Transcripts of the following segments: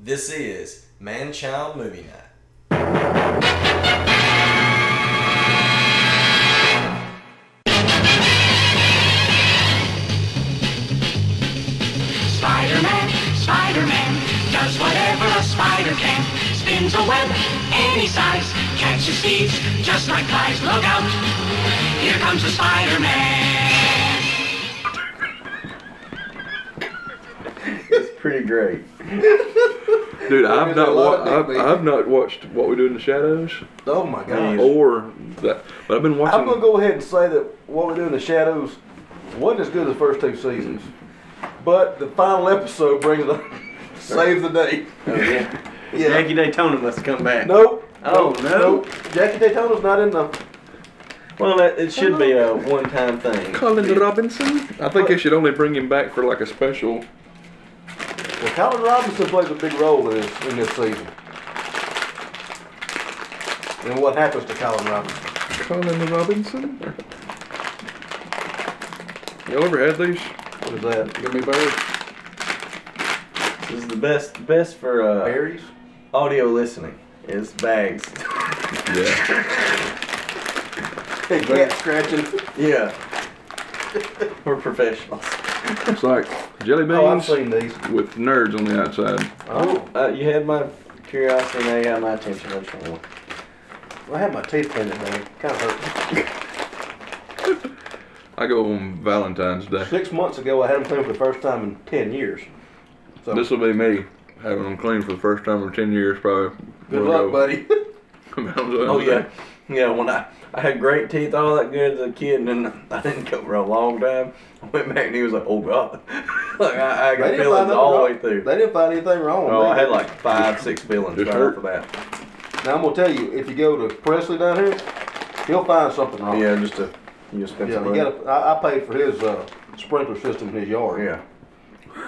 This is Man Child Movie Night. Spider-Man, Spider-Man, does whatever a spider can. Spins a web any size, catches thieves just like flies. Look out, here comes the Spider-Man. It's pretty great. Dude, is I've a not wa- lot of I've, big I've not watched What We Do in the Shadows Oh my gosh. or that, but I've been watching. I'm gonna go ahead and say that what we do in the shadows wasn't as good as the first two seasons, but the final episode brings the save the day. Oh, yeah. Yeah. Jackie Daytona must come back. Nope. Oh, no. Jackie Daytona's not in the. Well, it, it should be uh, a one-time thing. Colin Robinson. I think they should only bring him back for like a special. Well, Colin Robinson plays a big role in this in this season. And what happens to Colin Robinson? Colin Robinson. Y'all ever had these? What is that? Give me bird. This is the best, best for uh, Berries. audio listening. Is bags. Yeah. Hey, cat scratching. yeah. We're professionals. It's like jelly Oh, I've beans seen these. with nerds on the outside. Oh, uh, you had my curiosity. Now you got my attention. Which one? I had my teeth cleaned today. Kind of hurt. I go on Valentine's Day. Six months ago, I had them cleaned for the first time in ten years. So This will be me having them clean for the first time in ten years, probably. good We'll go- luck, buddy. Oh yeah, yeah. When I I had great teeth, all that good as a kid, and then I didn't go for a long time. I went back and he was like, "Oh God!" like I, I got feelings nothing all the wrong. way through. They didn't find anything wrong. with Oh, I me. had like five, six feelings Just right hurt. off of that. Now I'm gonna tell you, if you go to Presley down here, he'll find something wrong. Yeah, just a you just spent yeah. some You money. gotta, I, I paid for his uh, sprinkler system in his yard. Yeah.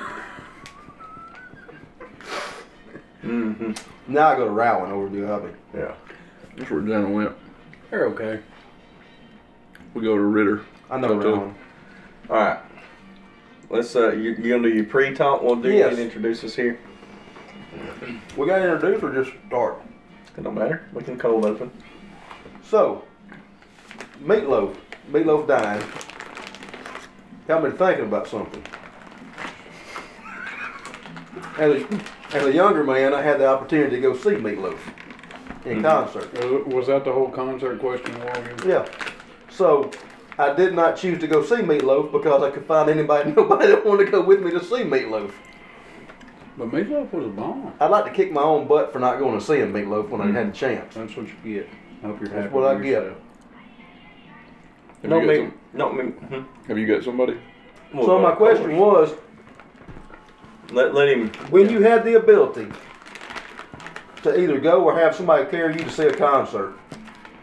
Mm-hmm. Now I go to Rowan over to New Hobby. Yeah. That's where Jenna went. You're okay. We go to Ritter. I know Go to- Rowan. All right. Let's uh, you, you gonna do your pre-talk? We'll do Yes. and introduce us here. We got introduced or just start. It don't matter. We can cold open. So, Meatloaf, Meatloaf dying, got me thinking about something. As a, as a younger man, I had the opportunity to go see Meatloaf in concert. Uh, Was that the whole concert question, Morgan? Yeah. So I did not choose to go see Meatloaf because I could find anybody, nobody that wanted to go with me to see Meatloaf. But Meatloaf was a bomb. I'd like to kick my own butt for not going to see him Meatloaf when I had a chance. That's what you get. Hope you're Mm-hmm. happy. That's what I with get. yourself. Have, No you got me. some- No me. mhm. have you got somebody? Well, Mm-hmm. So my of course. question was, Let, let him. when you had the ability to either go or have somebody carry you to see a concert,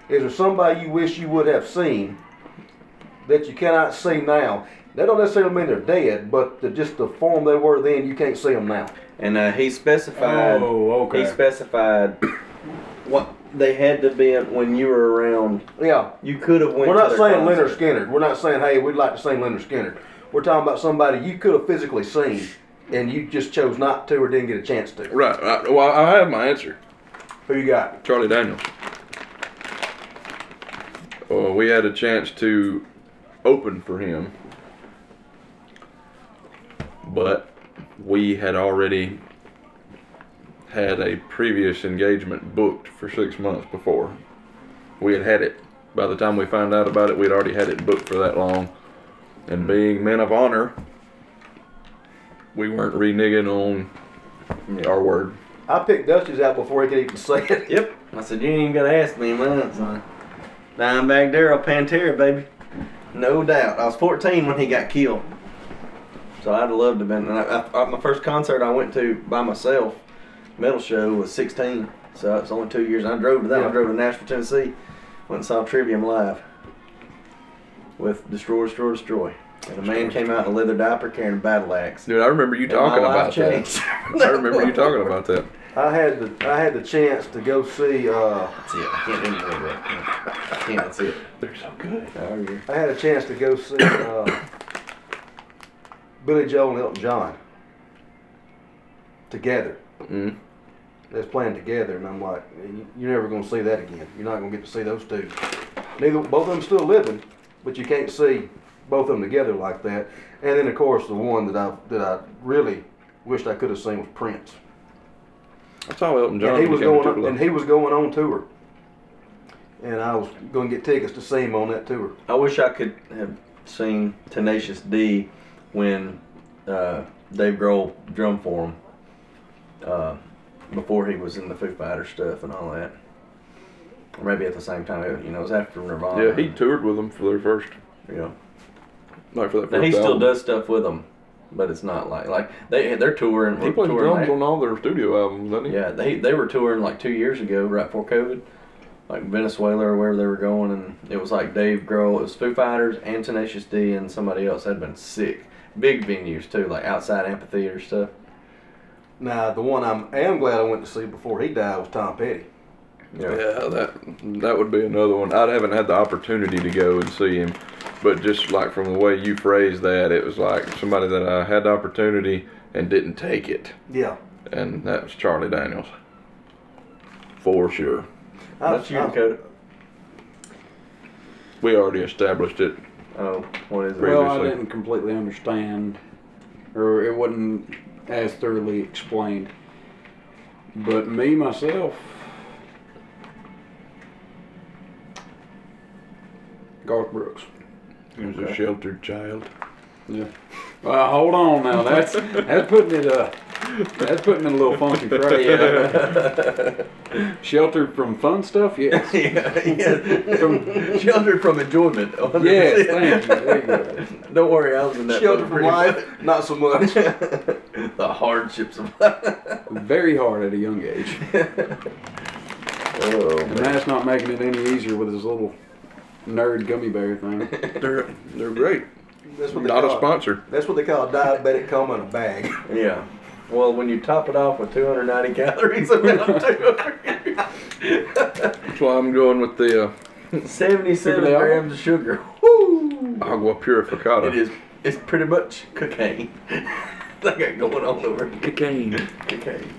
is there somebody you wish you would have seen that you cannot see now? That don't necessarily mean they're dead, but the, just the form they were then, you can't see them now. And uh, he specified. Oh, okay. He specified what they had to be when you were around. Yeah, You could have went. We're to not their saying concert. Leonard Skinner. We're not saying, hey, we'd like to sing Leonard Skinner. We're talking about somebody you could have physically seen and you just chose not to or didn't get a chance to. Right. I, well, I have my answer. Who you got? Charlie Daniels. Uh, we had a chance to open for him, but we had already had a previous engagement booked for six months before. We had had it. By the time we found out about it, we'd already had it booked for that long. And being men of honor, we weren't reneging on our word. I picked Dusty's out before he could even say it. Yep. I said you ain't even gotta ask me, man. Son. Dimebag Daryl Pantera, baby. No doubt. I was 14 when he got killed. So I'd have loved to have been. And I, I, my first concert I went to by myself, metal show, was 16. So it's only two years. I drove to that. Yeah. I drove to Nashville, Tennessee. Went and saw Trivium live with Destroy, Destroy, Destroy. And a man came out in a leather diaper carrying a battle axe. Dude, I remember you And my talking life about that. changed. I remember you talking about that. I had the I had the chance to go see uh, That's it. I can't do anything with that. I can't. That's it. They're so good. Oh, yeah. I had a chance to go see uh, Billy Joel and Elton John together. Mm-hmm. Mm. that's playing together, and I'm like, "You- you're never going to see that again. You're not going to get to see those two. Neither both of them still living, but you can't see both of them together like that. And then of course the one that I that I really wished I could have seen was Prince. I saw Elton John. and he when was came to going on, Tupelo. and he was going on tour. And I was going to get tickets to see him on that tour. I wish I could have seen Tenacious D when uh, Dave Grohl drummed for him uh, before he was in the Foo Fighters stuff and all that. Or maybe at the same time, you know, it was after Nirvana. yeah, he toured with them for their first, You know, like for that first. now, he still album. does stuff with them, but it's not like like they they're touring. He plays touring drums that- on all their studio albums, doesn't he? Yeah, they they were touring like two years ago, right before COVID, like Venezuela or wherever they were going, and it was like Dave Grohl, it was Foo Fighters and Tenacious D and somebody else. That'd been sick. Big venues too, like outside amphitheater stuff. Now the one I'm am glad I went to see before he died was Tom Petty. Yeah. Yeah, that that would be another one. I haven't had the opportunity to go and see him, but just like from the way you phrased that, it was like somebody that I had the opportunity and didn't take it, Yeah, and that was Charlie Daniels, for sure. I- That's you, I- Dakota. We already established it. Oh, what is it? Really? Well, I Previously. didn't completely understand, or it wasn't as thoroughly explained. But me myself, Garth Brooks. He was a sheltered child. Yeah. Well, hold on now. That's that's putting it uh that's putting it a little funky phrase. Sheltered from fun stuff, yes. yeah, yeah. From, sheltered from enjoyment. Yes, thank you. There you go. Don't worry, I was in that. Shelter boat from pretty life, not so much. much. the hardships of life. Very hard at a young age. Oh, And that's not making it any easier with his little nerd gummy bear thing. They're they're great. That's what they Not a call it. sponsor. That's what they call a diabetic coma in a bag. Yeah. Well, when you top it off with 290 calories, about 200. That's why I'm going with the uh, 77 Really are? grams of sugar. Woo! agua purificata. It is. It's pretty much cocaine. they got going on over here. cocaine. cocaine.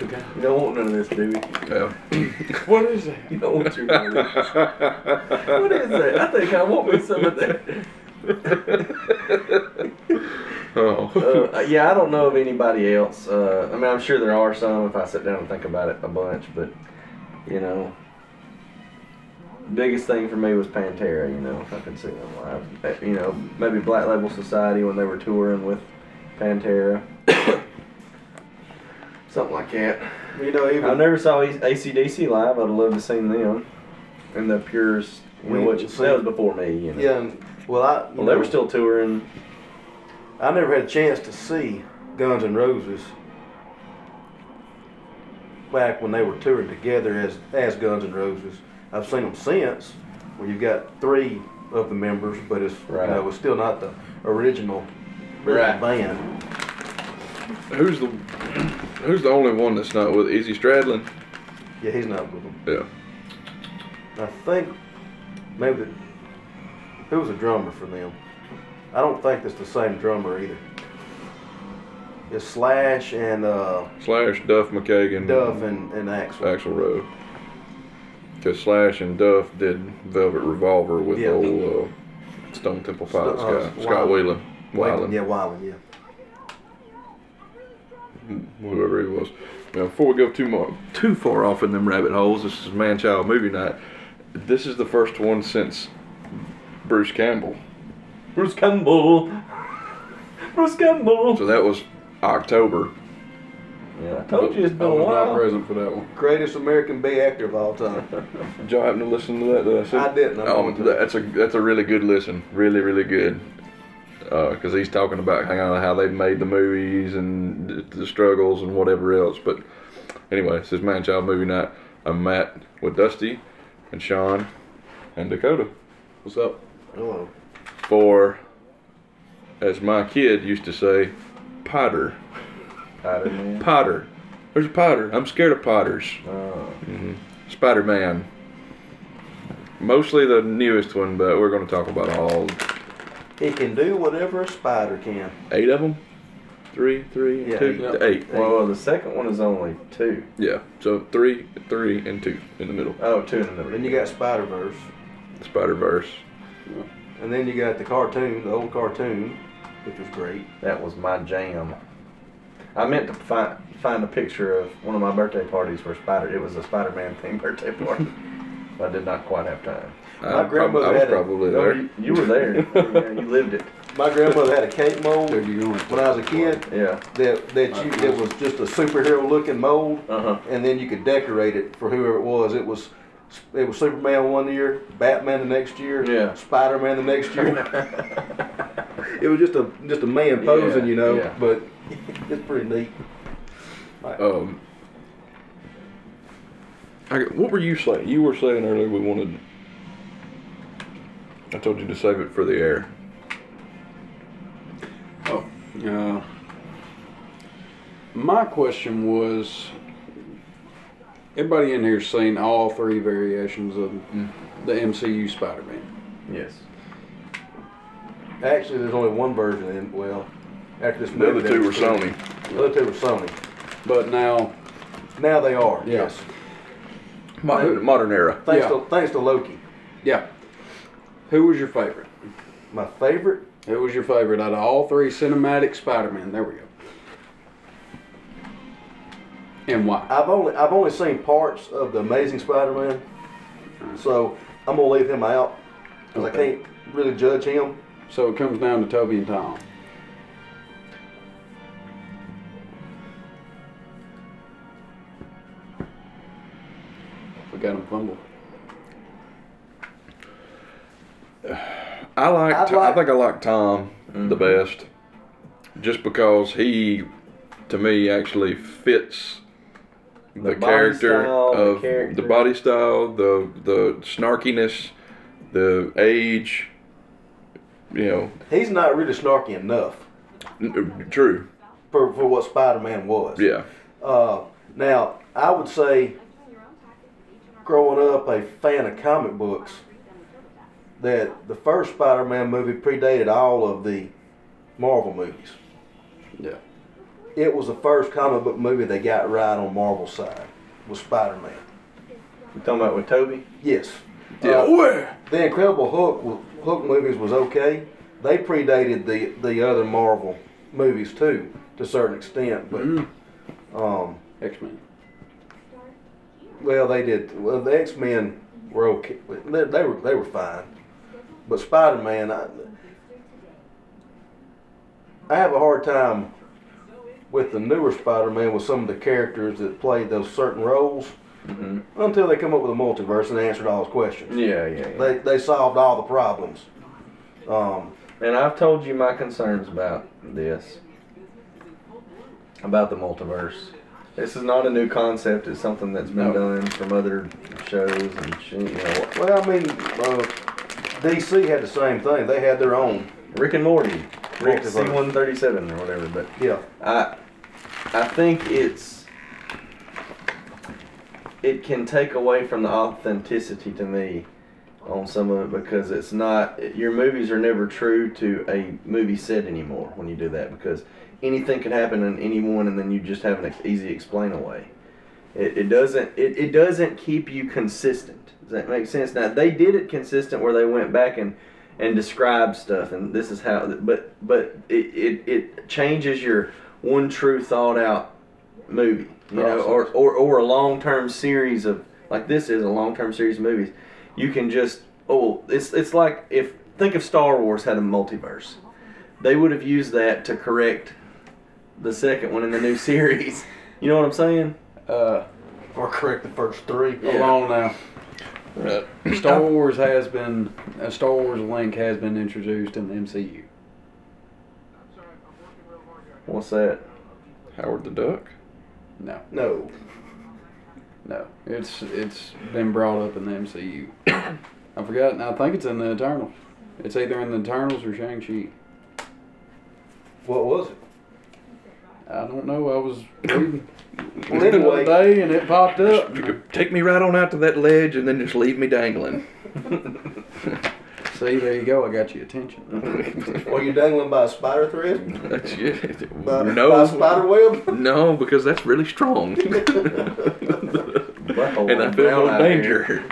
You don't want none of this, do we? Yeah. What is that? You don't want your money. What is that? I think I want me some of that. oh. Uh, yeah, I don't know of anybody else. Uh, I mean, I'm sure there are some if I sit down and think about it a bunch, but you know, biggest thing for me was Pantera. You know, if I could see them live, Uh, you know, maybe Black Label Society when they were touring with Pantera, something like that. You know, I even never saw AC- ACDC live. I'd love to seen them in the purest. You know, We- which, that was before me. You know. yeah. and- Well, I you Well, they know, were still touring. I never had a chance to see Guns N' Roses back when they were touring together as as Guns N' Roses. I've seen them since, where you've got three of the members, but it's Right. you know it's still not the original, original Right. band. Who's the Who's the only one that's not with Izzy Stradlin? Yeah, he's not with them. Yeah. I think maybe the, who was the drummer for them? I don't think it's the same drummer either. It's Slash and uh, Slash Duff McKagan. Duff and, and Axel. Axel Road. Because Slash and Duff did Velvet Revolver with Yeah. old uh, Stone Temple Pilots Uh, guy, Wyland. Scott Whelan. Whalen, Weiland, Yeah, Wyland, yeah. whoever he was. Now, before we go too much, too far off in them rabbit holes, this is Man Child Movie Night. This is the first one since Bruce Campbell. Bruce Campbell. Bruce Campbell. So that was October. Yeah, I told you it's been I a was not while. present for that one. Greatest American B actor of all time. Did y'all happen to listen to that? That I, said? I didn't, I'm Oh, going to. that's a that's a really good listen. Really, really good. Because he's talking about hang on, how they've made the movies and th- the struggles and whatever else. But anyway, this is Man Child Movie Night. I'm Matt with Dusty and Sean and Dakota What's up? Hello. for, as my kid used to say, Potter. Potter Man. Potter. There's a Potter. I'm scared of Potters. Oh. Spider Man. Mostly the newest one, but we're going to talk about all He can do whatever a spider can. eight of them. three, three, Yeah. two, Yep. eight. Well, the second one is only two. Yeah. So three, three, and two in the middle. Oh, two in the middle. Then you got Spider Verse, Spider Verse. and then you got the cartoon, the old cartoon, which was great. That was my jam. I meant to find find a picture of one of my birthday parties where Spider. It was a Spider-Man themed birthday party. but I did not quite have time. My grandmother I was had a- probably no, there. You, you were there. Yeah, you lived it. My grandmother had a cake mold Dude, you going? when I was a kid Yeah. that that you that was just a superhero looking mold, Uh huh. and then you could decorate it for whoever it was. It was it was Superman one year, Batman the next year, Yeah. Spider Man the next year. it was just a just a man posing, Yeah, you know, yeah. but it's pretty neat. Um, I, what were you saying? You were saying earlier we wanted. I told you to save it for the air. Oh, uh, my question was everybody in here's seen all three variations of the MCU Spider Man. Yes. Actually, there's only one version. In, well, after this The other movie, two there were was Sony. The other two were Sony. But now, Now they are. Yeah. Yes. Modern, modern era. Thanks Yeah. to thanks to Loki. yeah. Who was your favorite? My favorite. Who was your favorite out of all three cinematic Spider Man? There we go. And why? I've only I've only seen parts of the Amazing Spider-Man, so I'm gonna leave him out because Okay. I can't really judge him. So it comes down to Toby and Tom. We got him fumbled. I like. I, I I like- think I like Tom the best, just because he, to me, actually fits the, body character style, the of character. the body style, the the snarkiness, the age. You know, He's not really snarky enough n- true. for, for what Spider-Man was. Yeah. Uh, now I would say, growing up a fan of comic books, that the first Spider-Man movie predated all of the Marvel movies. Yeah. It was the first comic book movie they got right on Marvel's side was Spider-Man. You talking about with Toby? Yes. Yeah. Uh, Where? The Incredible Hulk wa- Hulk movies was okay. They predated the the other Marvel movies too, to a certain extent. But um, X Men. well, they did. Well, the X Men were okay. They, they were they were fine. But Spider Man, I, I have a hard time with the newer Spider Man with some of the characters that played those certain roles until they come up with a multiverse and answered all his questions. Yeah, yeah, yeah. They, they solved all the problems. Um, And I've told you my concerns about this, about the multiverse. This is not a new concept. It's something that's been No. done from other shows and shit. You know, well, I mean, uh, DC had the same thing. They had their own. Rick and Morty, Rick Multiverse. C one thirty seven or whatever. But Yeah. I, I think it's, it can take away from the authenticity to me, on some of it because it's not your movies are never true to a movie set anymore when you do that because anything can happen in anyone and then you just have an ex- easy explain away. It, it doesn't it, it doesn't keep you consistent. Does that make sense? Now they did it consistent where they went back and and described stuff and this is how but but it it, it changes your one true thought out movie. You know, or, or, or a long term series of like this is a long term series of movies. You can just oh it's it's like if think if Star Wars had a multiverse. They would have used that to correct the second one in the new series. You know what I'm saying? Uh, Or correct the first three. Alone now. Right. Star Wars has been a Star Wars link has been introduced in the MCU. What's that? Howard the Duck. No, No. no, it's it's been brought up in the MCU. I forgot. I think it's in the Eternals. It's either in the Eternals or Shang Chi. What was it? I don't know. I was reading Well, the other anyway, day and it popped up. You could take me right on out to that ledge and then just leave me dangling. See, there you go. I got your attention. Were you dangling by a spider thread? That's it. By, by a spider no, web? no, because that's really strong, Butthole and I is feel brown no out here. danger.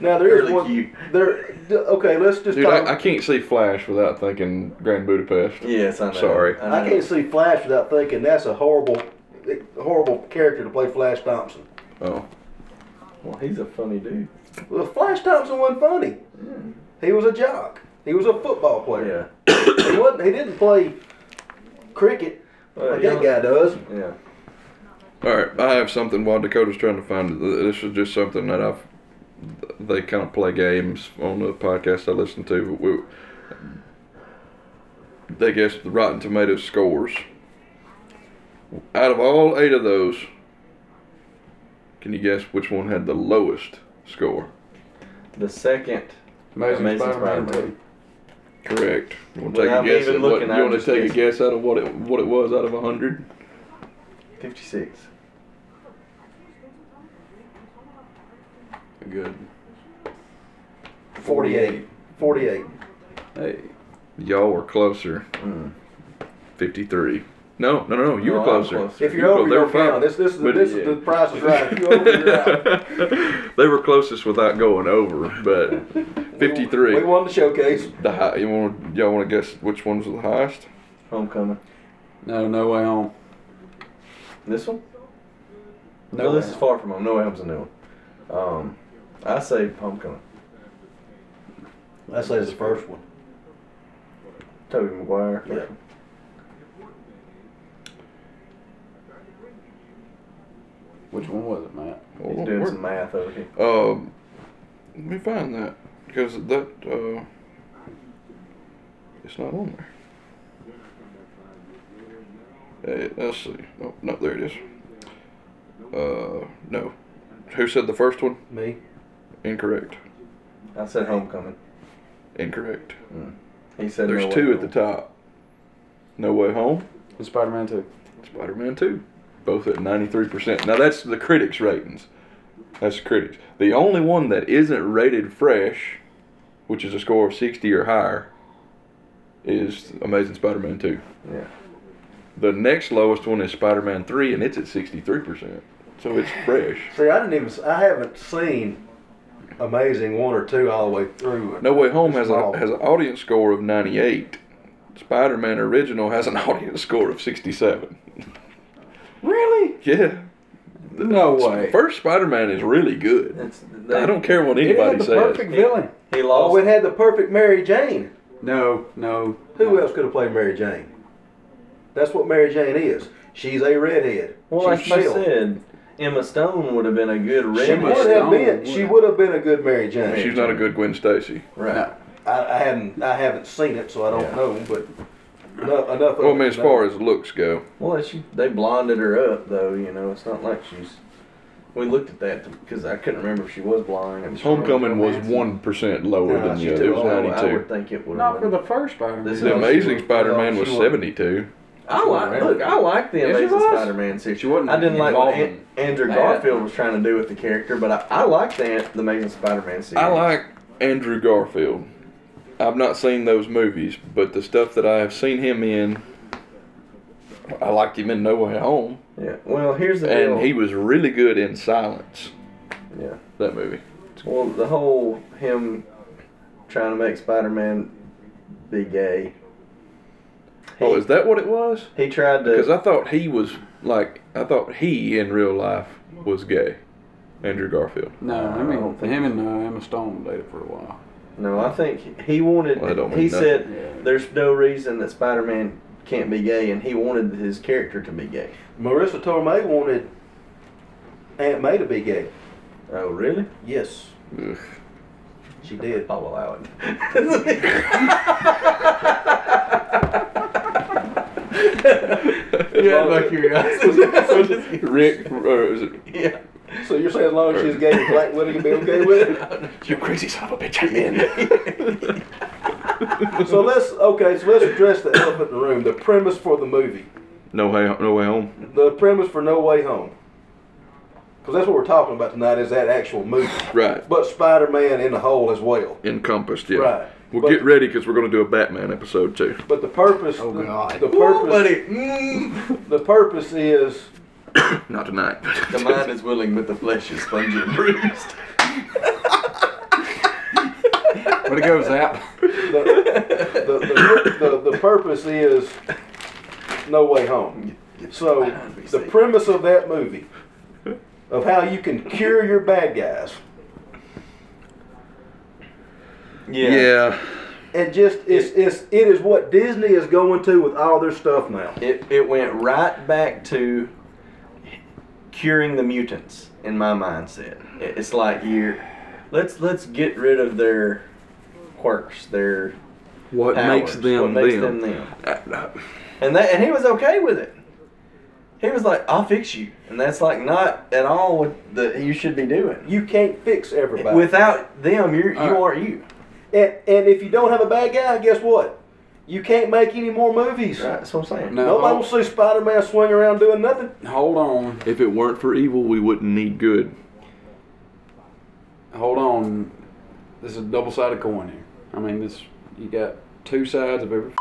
Now there is Really one. cute. There. d- Okay, let's just Dude, talk. I, I can't see Flash without thinking Grand Budapest. Yes, I know. Sorry. I, know. I can't see Flash without thinking that's a horrible, horrible character to play Flash Thompson. Oh, Well, he's a funny dude. Well, Flash Thompson wasn't funny. He was a jock. He was a football player. He wasn't. He didn't play cricket Well, like yeah. that guy does. Yeah. all right. I have something while Dakota's trying to find. it. This is just something that I've. They kind of play games on the podcast I listen to. We, they guess the Rotten Tomatoes scores. Out of all eight of those, can you guess which one had the lowest score? The second. Amazing, Amazing Spider-Man Spider-Man. 2. Correct. You want to take a Without me guess? even At what, you looking, I want to was take a just guess out of what it what it was out of hundred? 56. Good. 48. 48. Hey. Y'all were closer. Mm. Fifty three. No, no, no, no. You No, were I'm closer. closer. If You you're over, were- you're they were down. This, this, is, the- But- this is the price is right. If you're over, you're out. they were closest without going over, but fifty three. We won the showcase. The high, you want y'all want to guess which one's the highest? Homecoming. No, no way home. This one? No, No, way this is home. far from home. No way home's a new one. Um, I say homecoming. I say it's the first one. Toby Maguire. Yeah. Which one was it, Matt? He's Oh, doing we're- some math over here. Um, let me find that because that uh, it's not on there. Hey, let's see. No, no, there it is. Uh, no. Who said the first one? Me. Incorrect. I said homecoming. Incorrect. He said There's no way two at home. the top. No Way Home, It's Spider-Man 2. Spider-Man Two, both at 93%. Now that's the critics' ratings. That's critics. The only one that isn't rated fresh, which is a score of 60 or higher, is Amazing Spider-Man 2. Yeah. The next lowest one is Spider-Man 3, and it's at 63%. So it's fresh. See, I didn't even. I haven't seen Amazing one or two all the way through. No Way Home has Small. a has an audience score of 98. Spider-Man Original has an audience score of 67. Really? Yeah. No way. First Spider-Man is really good. It's, I don't care what Yeah, anybody the says. perfect villain. He Oh, lost. it had the perfect Mary Jane. No, no. Who no. else could have played Mary Jane? That's what Mary Jane is. She's a redhead. well, like She's you chill. said, Emma Stone would have been a good She red. would have Stone been. would She have- would have been a good Mary Jane. She's not a good Gwen Stacy. Right. No. I, I haven't. I haven't seen it, so I don't Yeah. know. But enough. enough Well, I mean, as far as looks go, Well, she, they blonded her up though. You know, it's not like she's. We looked at that because I couldn't remember if she was blind. I'm sure. Homecoming was one percent lower Nah, than She the other. It took- was oh, I would ninety-two. think it would. Not for the first Spider-Man. This The No, she Amazing was- Spider-Man no, was she was- seventy-two. I like, look, I like the Yeah, she Amazing was. Spider-Man series. She wasn't I didn't like what involved An- Andrew that. Garfield was trying to do with the character, but I, I like the, the Amazing Spider-Man series. I like Andrew Garfield. I've not seen those movies, but the stuff that I have seen him in, I liked him in No Way Home, Yeah. Well, here's the deal. and he was really good in Silence. Yeah. That movie. Well, the whole him trying to make Spider-Man be gay. He, Oh, is that what it was? he tried Because to. I thought he was like I thought he in real life was gay, Andrew Garfield. No, I I don't mean, think- him and uh, Emma Stone dated for a while. No, I think he wanted. Well, that don't mean he nothing. said Yeah. there's no reason that Spider-Man can't be gay, and he wanted his character to be gay. Marissa Tomei wanted Aunt May to be gay. Oh, really? Yes, Ugh. she did. Oh, I'll allow it. yeah, like you guys. Rick, or is it? yeah. So you're saying as long as she's gay and black, women can be okay with it? You crazy son of a bitch! I'm in. So let's okay. So let's address the elephant in the room. The premise for the movie. No way, no way home. The premise for No Way Home. Because that's what we're talking about tonight is that actual movie. Right, But Spider Man in the hole as well. encompassed. Yeah. Right. Well, But- get ready because we're going to do a Batman episode too. But the purpose, Oh, the- God. the Ooh, purpose, buddy. Mm. the purpose is Not tonight. The mind is willing, but the flesh is spongy and bruised. But it goes out. the, the, the, the, the purpose is no way home. So the premise of that movie, of how you can cure your bad guys, yeah. and just it's, it's it is what Disney is going to with all their stuff now. It, it went right back to curing the mutants in my mindset. It- It's like you're let's let's get rid of their quirks, their What powers, makes them what makes them? them them. Uh, And that and he was okay with it. He was like, "I'll fix you," and that's like not at all what the you should be doing. You can't fix everybody. Without them, you're you All right. are you. and, and if you don't have a bad guy, guess what? You can't make any more movies. Right? That's what I'm saying. No. Nobody will see Spider-Man swing around doing nothing. Hold on. if it weren't for evil, we wouldn't need good. Hold on. This is a double sided coin here. I mean, this you got two sides of every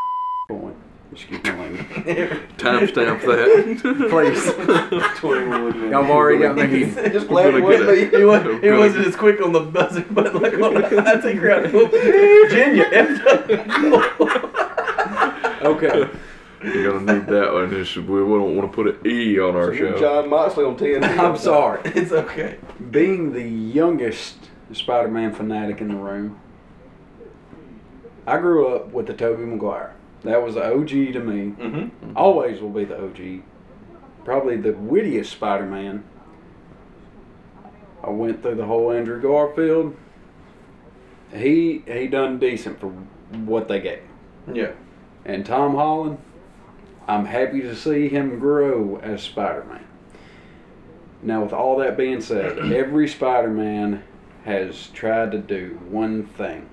coin. Excuse my language. Timestamp that. Please. Y'all already got me. Just glad gonna it wasn't get It, was, I'm it gonna- wasn't as quick on the buzzer, but like on the, I think you're out. Jen, you effed up. Okay. You're gonna need that one. It's- We don't want to put an E on our show. John Moxley on TNT. I'm sorry. it's okay. Being the youngest Spider Man fanatic in the room, I grew up with the Tobey Maguire. That was the OG to me. Mm-hmm. always will be the OG. Probably the wittiest Spider Man. I went through the whole Andrew Garfield. He he done decent for what they gave. him. Yeah. And Tom Holland, I'm happy to see him grow as Spider Man. Now with all that being said, every Spider Man has tried to do one thing.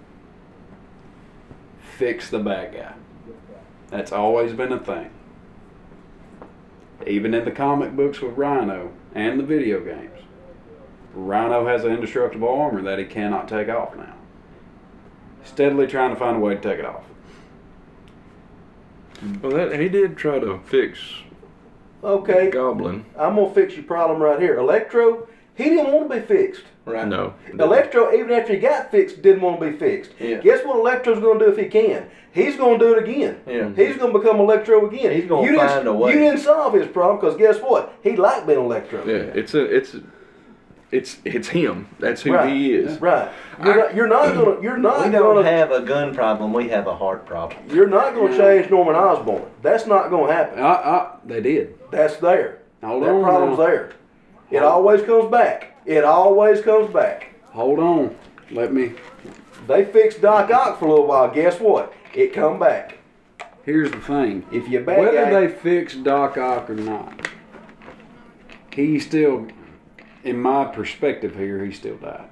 Fix the bad guy. That's always been a thing. Even in the comic books with Rhino and the video games, Rhino has an indestructible armor that he cannot take off now. Steadily trying to find a way to take it off. Well, that he did try to fix Okay, Goblin. I'm gonna fix your problem right here. Electro, he didn't want to be fixed. Right. No. Electro, even after he got fixed, didn't want to be fixed. Yeah. Guess what Electro's going to do if he can? He's going to do it again. Yeah. Mm-hmm. He's going to become Electro again. He's gonna You didn't- find a way. You didn't solve his problem because guess what? He liked being Electro. Yeah, it's a, it's, it's, it's him. That's who Right. he is. Right. You're I- not. You're not going to. You're We don't not going to. have a gun problem. We have a heart problem. You're not going to change Norman Osborn. That's not going to happen. Uh, uh, they did. That's there. Hold that on problem's uh, now. there. It always comes back. It always comes back. Hold on. Let me. They fixed Doc Ock for a little while. Guess what? It come back. Here's the thing. If you bad Whether guy- they fix Doc Ock or not, he still, in my perspective here, he still died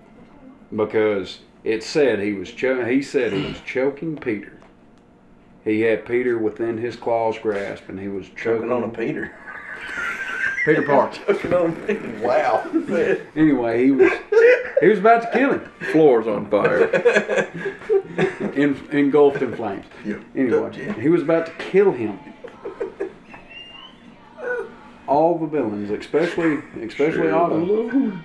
because it said he was cho- he said he was choking Peter. He had Peter within his claws grasp, and he was choking, Choking on a Peter. Peter Parks. Choking on a Peter. Wow. anyway, he was he was about to kill him, Floor's on fire. in, engulfed in flames. Yeah. Anyway, he was about to kill him. All the villains, especially especially Otto,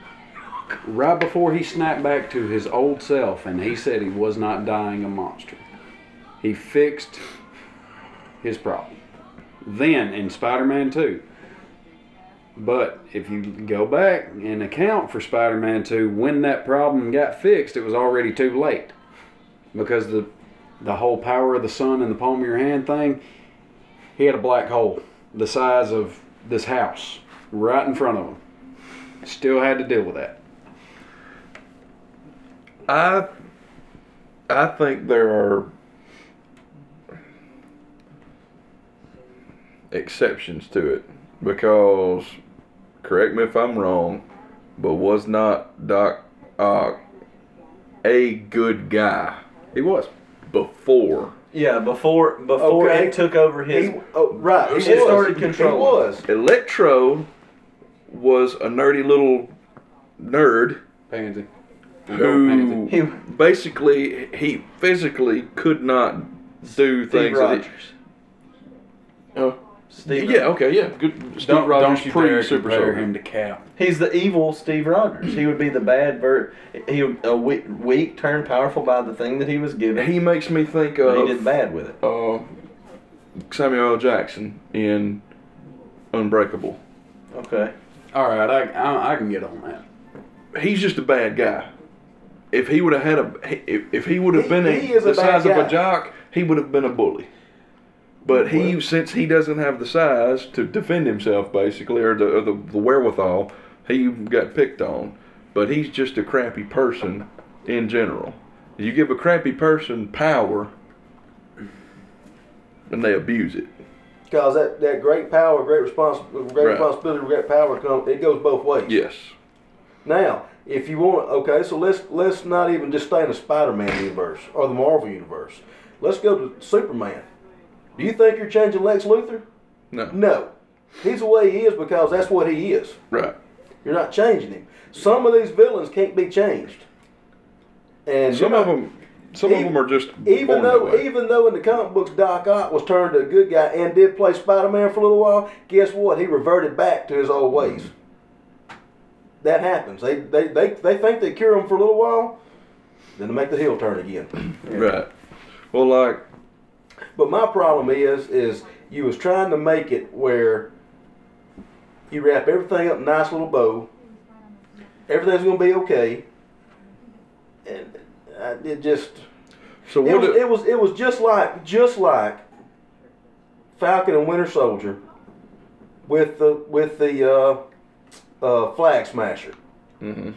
right before he snapped back to his old self and he said he was not dying a monster. He fixed his problem. Then in Spider-Man 2. But if you go back and account for Spider-Man 2, when that problem got fixed, it was already too late. Because the the whole power of the sun in the palm of your hand thing, he had a black hole the size of this house right in front of him. Still had to deal with that. I, I think there are exceptions to it because, correct me if I'm wrong, but was not Doc Ock a good guy He was. before? Yeah. Before before Okay. it took over his. He, oh, right. He It was. started controlling. He was. Electro was a nerdy little nerd Pansy. who He- basically he physically could not do things. that he- Oh, Steve yeah, okay, yeah, good. Steve Don't, Rogers don't you pre dare Super compare Soldier. him to Cap. He's the evil Steve Rogers. He would be the bad ver. He would- a weak, weak turned powerful by the thing that he was given. He makes me think but he of did bad with it. uh, Samuel L. Jackson in Unbreakable. Okay. All right, I, I, I can get on that. He's just a bad guy. If he would have had a, if, if he would have He- been he a, is a the bad size of guy. a jock, he would have been a bully. But he, since he doesn't have the size to defend himself, basically, or the or the, the wherewithal, he got picked on. But he's just a crappy person in general. You give a crappy person power, and they abuse it. Because that, that great power, great responsibility, great Right. responsibility, great power comes. It goes both ways. Yes. Now, if you want, okay, so let's let's not even just stay in the Spider-Man universe or the Marvel universe. Let's go to Superman. Do you think you're changing Lex Luthor? No. No, he's the way he is because that's what he is. Right. You're not changing him. Some of these villains can't be changed. And Some you're of not- them, some of Even- them are just Even born that though, way. even though in the comic books Doc Ock was turned to a good guy and did play Spider-Man for a little while, guess what? He reverted back to his old ways. That happens. They they, they, they think they cure him for a little while, then they make the heel turn again. right. Well, like But my problem is is you was trying to make it where you wrap everything up in a nice little bow. Everything's gonna be okay, and uh, it just. so It what? was, do- it was it was just like just like Falcon and Winter Soldier with the with the uh, uh, flag smasher. Mhm.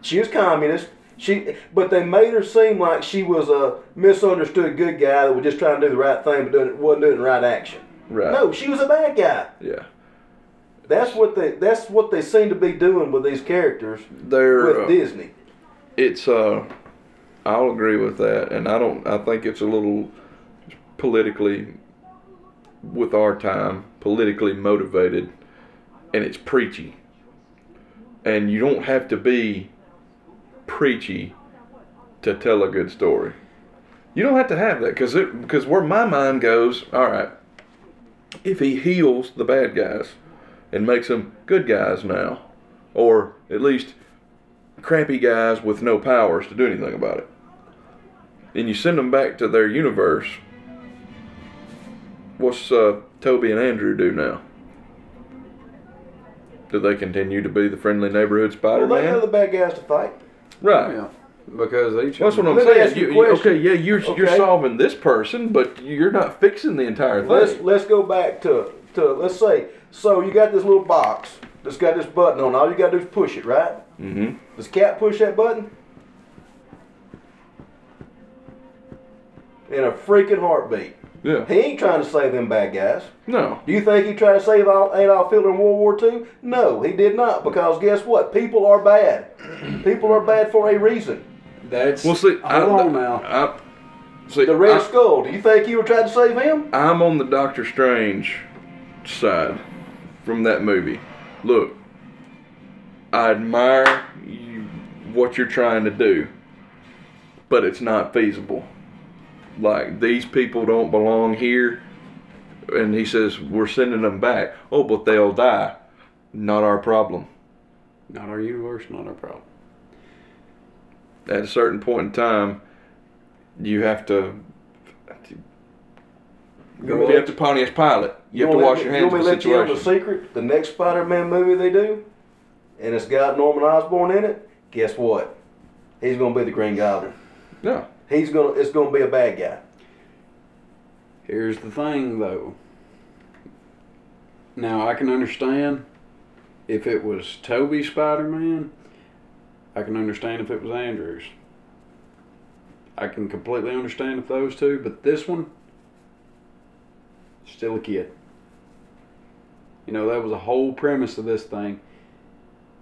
She was communist. She but they made her seem like she was a misunderstood good guy that was just trying to do the right thing but doing, wasn't doing the right action. Right. No, she was a bad guy. Yeah. That's what they that's what they seem to be doing with these characters They're with uh, Disney. it's uh I'll agree with that and I don't I think it's a little politically with our time politically motivated and it's preachy. And you don't have to be preachy to tell a good story. You don't have to have that cuz it because where my mind goes, all right. If he heals the bad guys and makes them good guys now or at least crappy guys with no powers to do anything about it. And you send them back to their universe. What's uh, Toby and Andrew do now? Do they continue to be the friendly neighborhood Spider Well, they Man? know the bad guys to fight. right. Yeah, because each. That's of what them, I'm Let me ask saying. you You- a you- question. okay, yeah, you're you're Okay. solving this person, but you're not fixing the entire thing. Let's let's go back to to let's say so you got this little box that's got this button on. All you gotta do is push it, right? mm-hmm. Does Cat push that button? In a freaking heartbeat. Yeah. He ain't trying to save them bad guys. No. Do you think he tried to save Al- Adolf Hitler in World War II? No, he did not. Because guess what? People are bad. People are bad for a reason. That's. Well, see, hold I, on now. I, see, The Red I- Skull. Do you think he would try to save him? I'm on the Doctor Strange side from that movie. Look, I admire you, what you're trying to do, but it's not feasible. Like, these people don't belong here. And he says, We're sending them back. Oh, but they'll die. Not our problem. not our universe, not our problem. At a certain point in time, you have to. want You have to Pontius Pilate. You have to wanna let wash me- your hands You of want the me to let situation. you in on the secret? The next Spider-Man movie they do, and it's got Norman Osborn in it. Guess what? He's gonna be the Green Goblin. Yeah. He's gonna. It's gonna be a bad guy. Here's the thing, though. Now I can understand if it was Toby Spider Man. I can understand if it was Andrews. I can completely understand if those two, but this one, still a kid. You know that was the whole premise of this thing.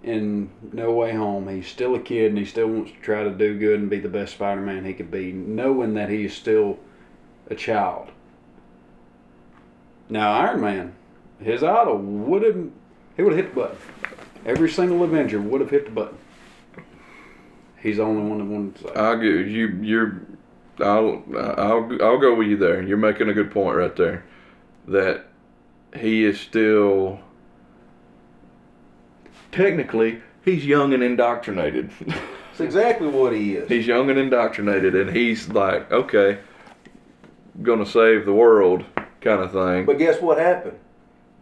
In No Way Home, he's still a kid and he still wants to try to do good and be the best Spider Man he could be, knowing that he is still a child. Now Iron Man, his idol would have he would have hit the button. Every single Avenger would have hit the button. He's the only one that wanted to say. it. I'll go, you you're I'll I'll I'll go with you there. You're making a good point right there. That he is still technically he's young and indoctrinated. That's exactly what he is. he's young and indoctrinated and he's like, okay, going to save the world kind of thing. But guess what happened?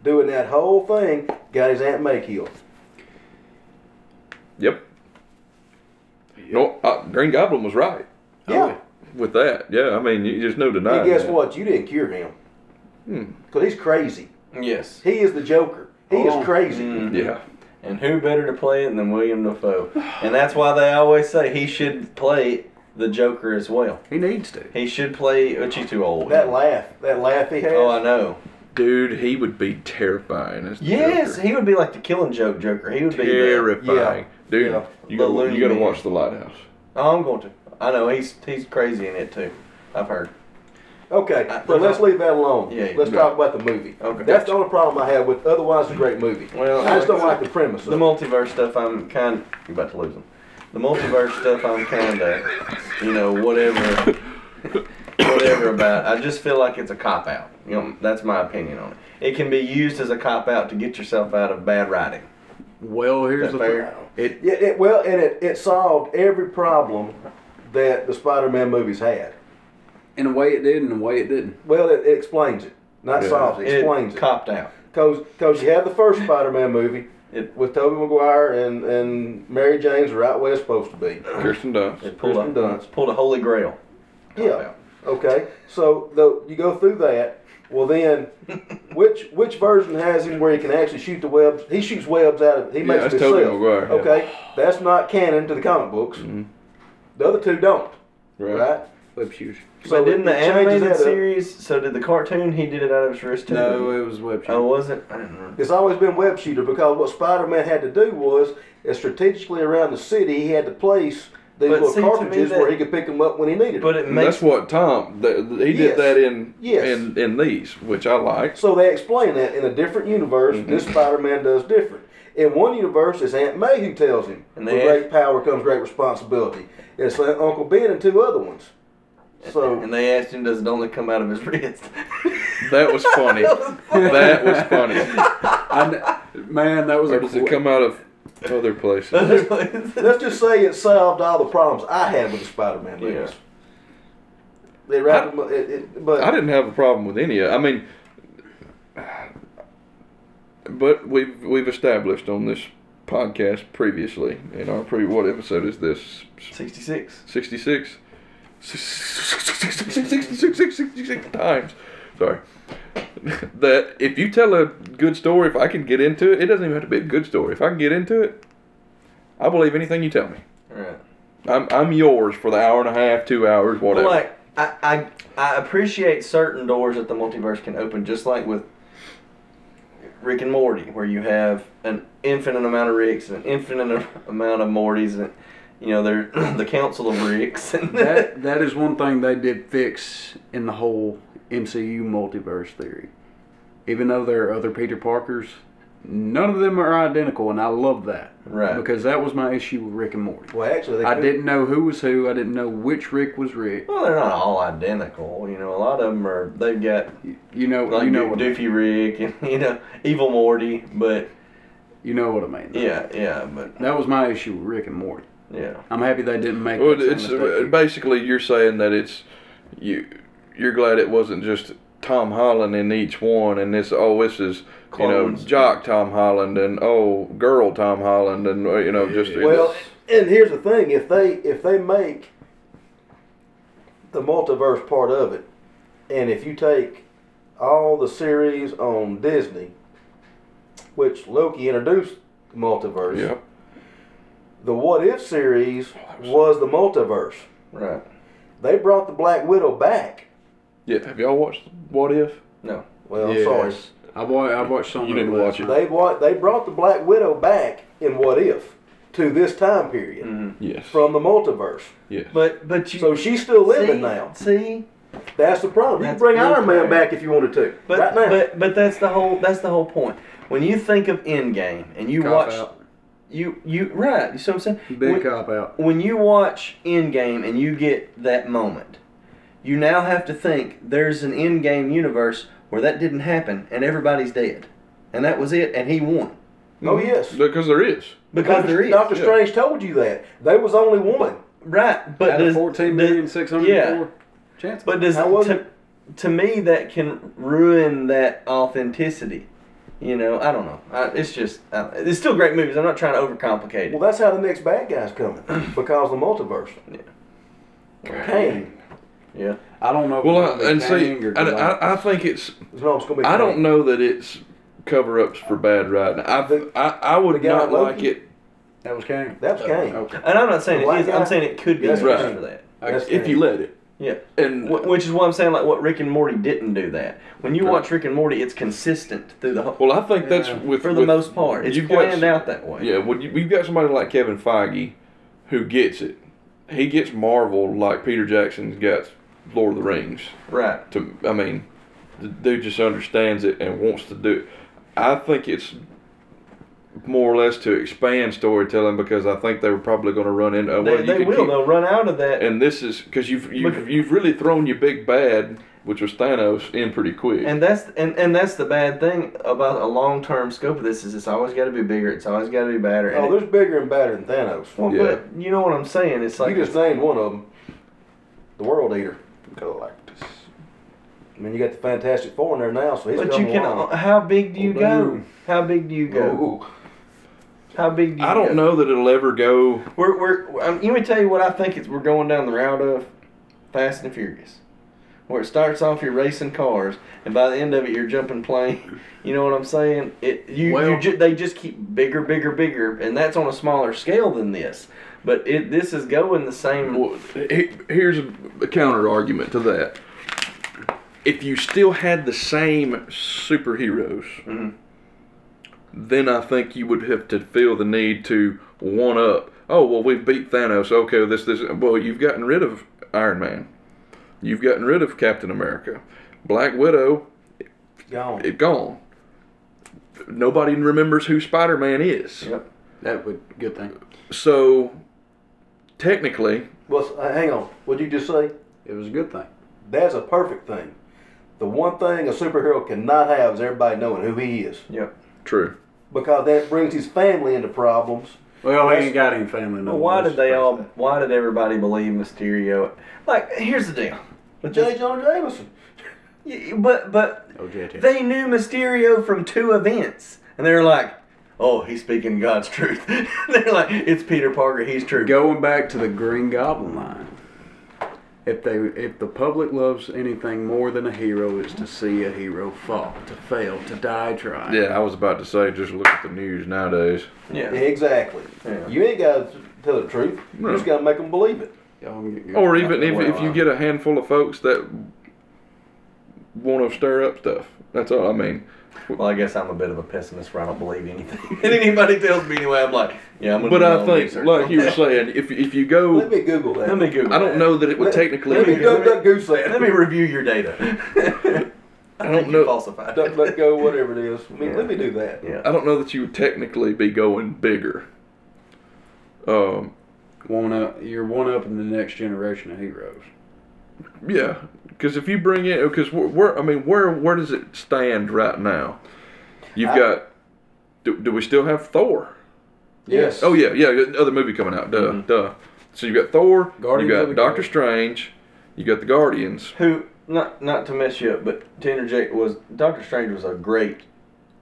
Doing that whole thing, got his Aunt May killed. yep. No, uh, Green Goblin was right Yeah. with that. Yeah, I mean, you just no denying. and guess that. Hmm. what? You didn't cure him. Because he's crazy. Yes. Mm. He is the Joker. He Hold is Oh, on. crazy. Yeah. And who better to play it than William Defoe? And that's why they always say he should play the Joker as well. He needs to. He should play. But you too old. That laugh, that laugh he has. oh, I know. Dude, he would be terrifying. As the Yes, Joker. he would be like the Killing Joke Joker. He would be. The, terrifying. Dude, yeah. you The gotta, you gotta Loon Man. watch The Lighthouse. oh, I'm going to. I know he's he's crazy in it too. I've heard. Okay, I- but let's leave that alone. Yeah, yeah. let's No. talk about the movie. Okay. That's the only problem I have with. Otherwise, it's a great movie. Well, I just don't okay. like the premise. The of it. multiverse stuff, I'm kind. You're about to lose him. The multiverse stuff, I'm kind of, you know, whatever, whatever about. I just feel like it's a cop out. You know, that's my opinion on it. It can be used as a cop out to get yourself out of bad writing. Well, here's Is the that thing. fair? It Yeah, it, well, and it, it solved every problem that the Spider-Man movies had. in a way it did, in a way it didn't. Well, it, it explains it, not Yeah. solves it. It Explains it. copped out. Because you had the first Spider-Man movie It with Tobey Maguire and, and Mary Jane's right where it's supposed to be. Kirsten Dunst. it pulled Kristen a, Dunst. it's pulled a holy grail. Oh, Yeah. out. Okay. So though you go through that, well then, which which version has him where he can actually shoot the webs? He shoots webs out of he makes that's it himself. Tobey Maguire, yeah. Okay, that's not canon to the comic books. The other two don't, Mm-hmm. right? Web shoes. So didn't the it changes that animated up. series? So did the cartoon? He did it out of his wrist too. No, it was web shoes. Oh, was it? I don't remember. It's always been web shooter because what Spider-Man had to do was, uh, strategically around the city, he had to place these But little see, to me cartridges where that- he could pick them up when he needed. But them. it And makes that's what Tom. Th- th- he Yes. did that in Yes. in in these, which I like. So they explain that in a different universe, Mm-hmm. this Spider-Man does different. In one universe, it's Aunt May who tells him, And "With they- great power comes great responsibility." It's uh, Uncle Ben and two other ones. So And they asked him, does it only come out of his wrist? That was funny. that was funny. I kn- man, that was Or a does it come out of other places? let's just say it solved all the problems I had with the Spider-Man movies. They wrapped them up, it, it, but I didn't have a problem with any of. I mean, but we've we've established on this podcast previously in our pre what episode is this 66. 66 66 times sorry that if you tell a good story if i can get into it it doesn't even have to be a good story if i can get into it i believe anything you tell me Right. i'm, I'm yours for the hour and a half two hours But whatever like, I, I, I appreciate certain doors that the multiverse can open, just like with Rick and Morty, where you have an infinite amount of Ricks and an infinite a- amount of Mortys, and you know they're the Council of Ricks. And that that is one thing they did fix in the whole MCU multiverse theory. Even though there are other Peter Parkers, none of them are identical, and I love that. Right. Because that was my issue with Rick and Morty. well, actually, they I could- didn't know who was who. I didn't know which Rick was Rick. well, they're not all identical. You know, a lot of them are. They've got You know, like you know, what, Doofy Rick and you know Evil Morty, but you know what I mean. though. yeah, yeah, but That was my issue with Rick and Morty. yeah. I'm happy they didn't make. Well, that same it's uh, uh, mistake here. basically you're saying that it's you. You're glad it wasn't just Tom Holland in each one, and this oh this is Clones. you know jock Tom Holland and oh girl Tom Holland and uh, you know just Well, and here's the thing: if they if they make the multiverse part of it, and if you take all the series on Disney, which Loki introduced the multiverse, yeah. the What If series was the multiverse. Right. They brought the Black Widow back. Yeah, have y'all watched What If? No. Well, I'm Yes. sorry, I watched. I watched some. You of it didn't last watch it. night. they brought they brought the Black Widow back in What If to this time period Yes. from the multiverse. yes. But but you So she's still living see, now. See? That's the problem. You That's can bring good Iron Man plan. back if you wanted to. But right now. but but that's the whole that's the whole point. When you think of Endgame and you Cop watch out. you you right. You see what I'm saying? Big When- cop out. when you watch Endgame and you get that moment, you now have to think there's an Endgame universe where that didn't happen and everybody's dead, and that was it, and he won Oh yes. Because there is. because there is Doctor yeah. Strange told you that. There was only one. right. But Out of does- fourteen does- million six hundred four Yeah, chances. but does How was to, it? to me that can ruin that authenticity. You know, I don't know. I, it's just I, it's still great movies. I'm not trying to overcomplicate Well, it. that's how the next bad guy's coming because of the multiverse. Kane. Yeah. I don't know. if Well, it'll be I, and see, Kang or I, Galactus. I, I think it's. It's not going to be. I don't Kang. know that it's cover-ups for bad writing. I The- I, I would the guy not Loki? like it that was Kang. That's Kane. Okay. And I'm not saying The white it is. guy? I'm saying it could be That's used right. for that. That's if Kang. you let it. Yeah. And Wh- Which is why I'm saying, like, what Rick and Morty didn't do that. When you Right. watch Rick and Morty, it's consistent through the whole. well, I think that's Yeah. with for the with- most part, it's you've got planned s- out that way. Yeah, when you, you've got somebody like Kevin Feige, who gets it. He gets Marvel like Peter Jackson's got Lord of the Rings. Right. To I mean, the dude just understands it and wants to do. It. I think it's more or less to expand storytelling because I think they were probably going to run into. oh, well, They, you they could will. keep- They'll run out of that, and, And this is because you've you've, But- you've really thrown your big bad, which was Thanos, in pretty quick. that's and, and that's the bad thing about a long term scope of this is it's always got to be bigger. It's always got to be better. and Oh, it- there's bigger and badder than Thanos. well, Yeah. but you know what I'm saying? It's like you just named one of them. The World Eater. Galactus. I mean, you got the Fantastic Four in there now, so he's But you coming can. along. How big do you Well, go? boom. How big do you go? Oh, Ooh. How big do you I go? don't know that it'll ever go. We're, we're, I'm, let me tell you what I think it's, we're going down the route of Fast and Furious. Where it starts off, you're racing cars, and by the end of it, you're jumping plane. You know what I'm saying? It you, Well- you ju- they just keep bigger, bigger, bigger, and that's on a smaller scale than this. But it this is going the same. Well, he- here's a, a counter argument to that. If you still had the same superheroes, then I think you would have to feel the need to one up. Oh well, we've beat Thanos. Okay, this this. Well, you've gotten rid of Iron Man. You've gotten rid of Captain America. Black Widow, Gone. it gone. Nobody remembers who Spider Man is. Yep. That would good thing. So technically, Well, uh, hang on. What'd you just say? It was a good thing. That's a perfect thing. The one thing a superhero cannot have is everybody knowing who he is, Yep. true. because that brings his family into problems. Well, he ain't got any family. no But why more. did they all? Why did everybody believe Mysterio? Like, here's the deal. But J. Jonah Jameson. Y- But but Oh, JT. They knew Mysterio from two events, and they're like, "Oh, he's speaking God's truth." they're like, "It's Peter Parker. He's true." Going back to the Green Goblin line, if they if the public loves anything more than a hero, it's to see a hero fall, to fail, to die trying. Yeah, I was about to say, just look at the news nowadays. Yeah. Exactly. Yeah. You ain't got to tell the truth. You just got to make them believe it. Y'all can get good. Or even if, Well, if you uh, get a handful of folks that want to stir up stuff. That's all I mean. Well, I guess I'm a bit of a pessimist, where I don't believe anything. and anybody tells me anyway, I'm like, "Yeah, I'm gonna." But do my I own think, research like on you were that. saying, if if you Let go, me Google that. Let me Google. I don't that. know that it would Let- technically. Let me Let me- duck, duck, goose that. Let me review your data. I don't think know- You falsified. duck, it. duck, go, whatever it is. I mean, Yeah. Let me do that. Yeah. I don't know that you would technically be going bigger. Um. one up, you're one up in the next generation of heroes. Yeah. Because if you bring in, because where I mean, where where does it stand right now? You've I- got. Do, do we still have Thor? Yes. Oh yeah, yeah. yeah, Other movie coming out. Duh, duh. So you got Thor. Guardians you of the got Doctor Galaxy. Strange. You got the Guardians. Who? Not not to mess you up, but to interject was Doctor Strange was a great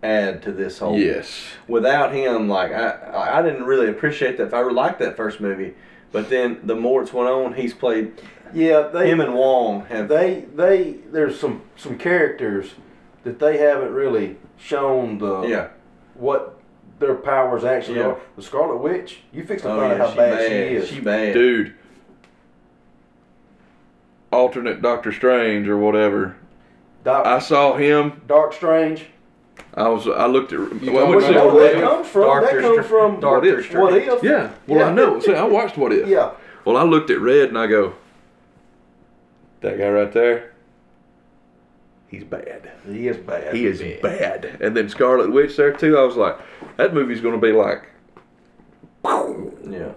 add to this whole Yes. without him, like I, I I didn't really appreciate that. I liked that first movie, but then the more it's went on, he's played Yeah, they, him and Wong have. they, they, there's some, some characters that they haven't really shown the yeah, what their powers actually Yeah. are. The Scarlet Witch, you fix to oh find yeah, out she how bad. bad, she is. She bad. Dude. Alternate Doctor Strange or whatever. I Doc, saw him. Dark Strange. I was. I looked at. Well, I don't wouldn't Well, know say you know what where that if. comes from? Doctor that comes Str- from Doctor what if. What if? Yeah. Well, I Yeah. know. See, I watched What If. Yeah. Well, I looked at Red and I go, that guy right there. He's bad. He is bad. He is bad. And then Scarlet Witch there too. I was like, that movie's gonna be like Yeah.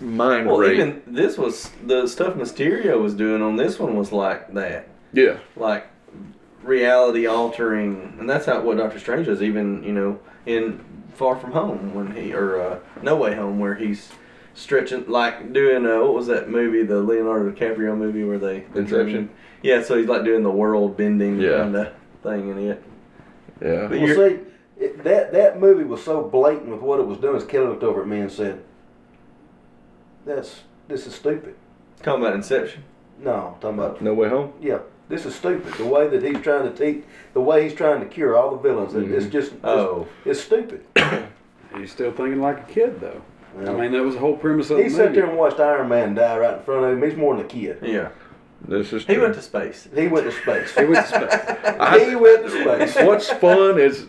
mind Well, rape. even this was the stuff Mysterio was doing on this one was like that, yeah, like reality altering, and that's how what Doctor Strange is. Even you know in Far From Home when he or uh, No Way Home where he's stretching like doing uh, what was that movie the Leonardo DiCaprio movie where they Inception? Yeah, so he's like doing the world bending Yeah. kind of thing in it. yeah. But Well, you're- see, it, that that movie was so blatant with what it was doing. Is Kelly looked over at me and said, "That's this is stupid." Talking about Inception. No, I'm talking about No way home. yeah, this is stupid. The way that he's trying to teach, the way he's trying to cure all the villains, it- it's just it's- Oh. it's, stupid. He's still thinking like a kid, though. Yeah. I mean, that was the whole premise of He the sat movie. there and watched Iron Man die right in front of him. He's more than a kid. Yeah, This is he true. went to space. He went to space. It was sp- I- he went to space. What's fun is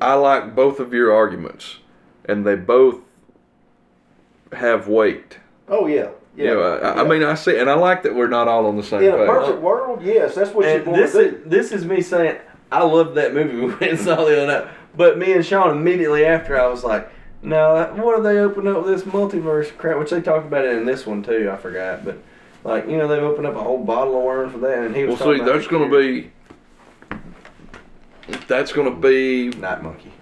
I like both of your arguments, and they both have weight. Oh yeah, yeah. Yeah, I, I mean, I see, and I like that we're not all on the same in a page. perfect world, yes, that's what you're And going to this do. is this is me saying I loved that movie we went and saw the other night. But me and Sean immediately after I was like, no, what are they opening up this multiverse crap? Which they talked about it in this one too. I forgot, but like you know they've opened up a whole bottle of worms for that, and he was Well, see, talking about that's going to be that's going to be night monkey.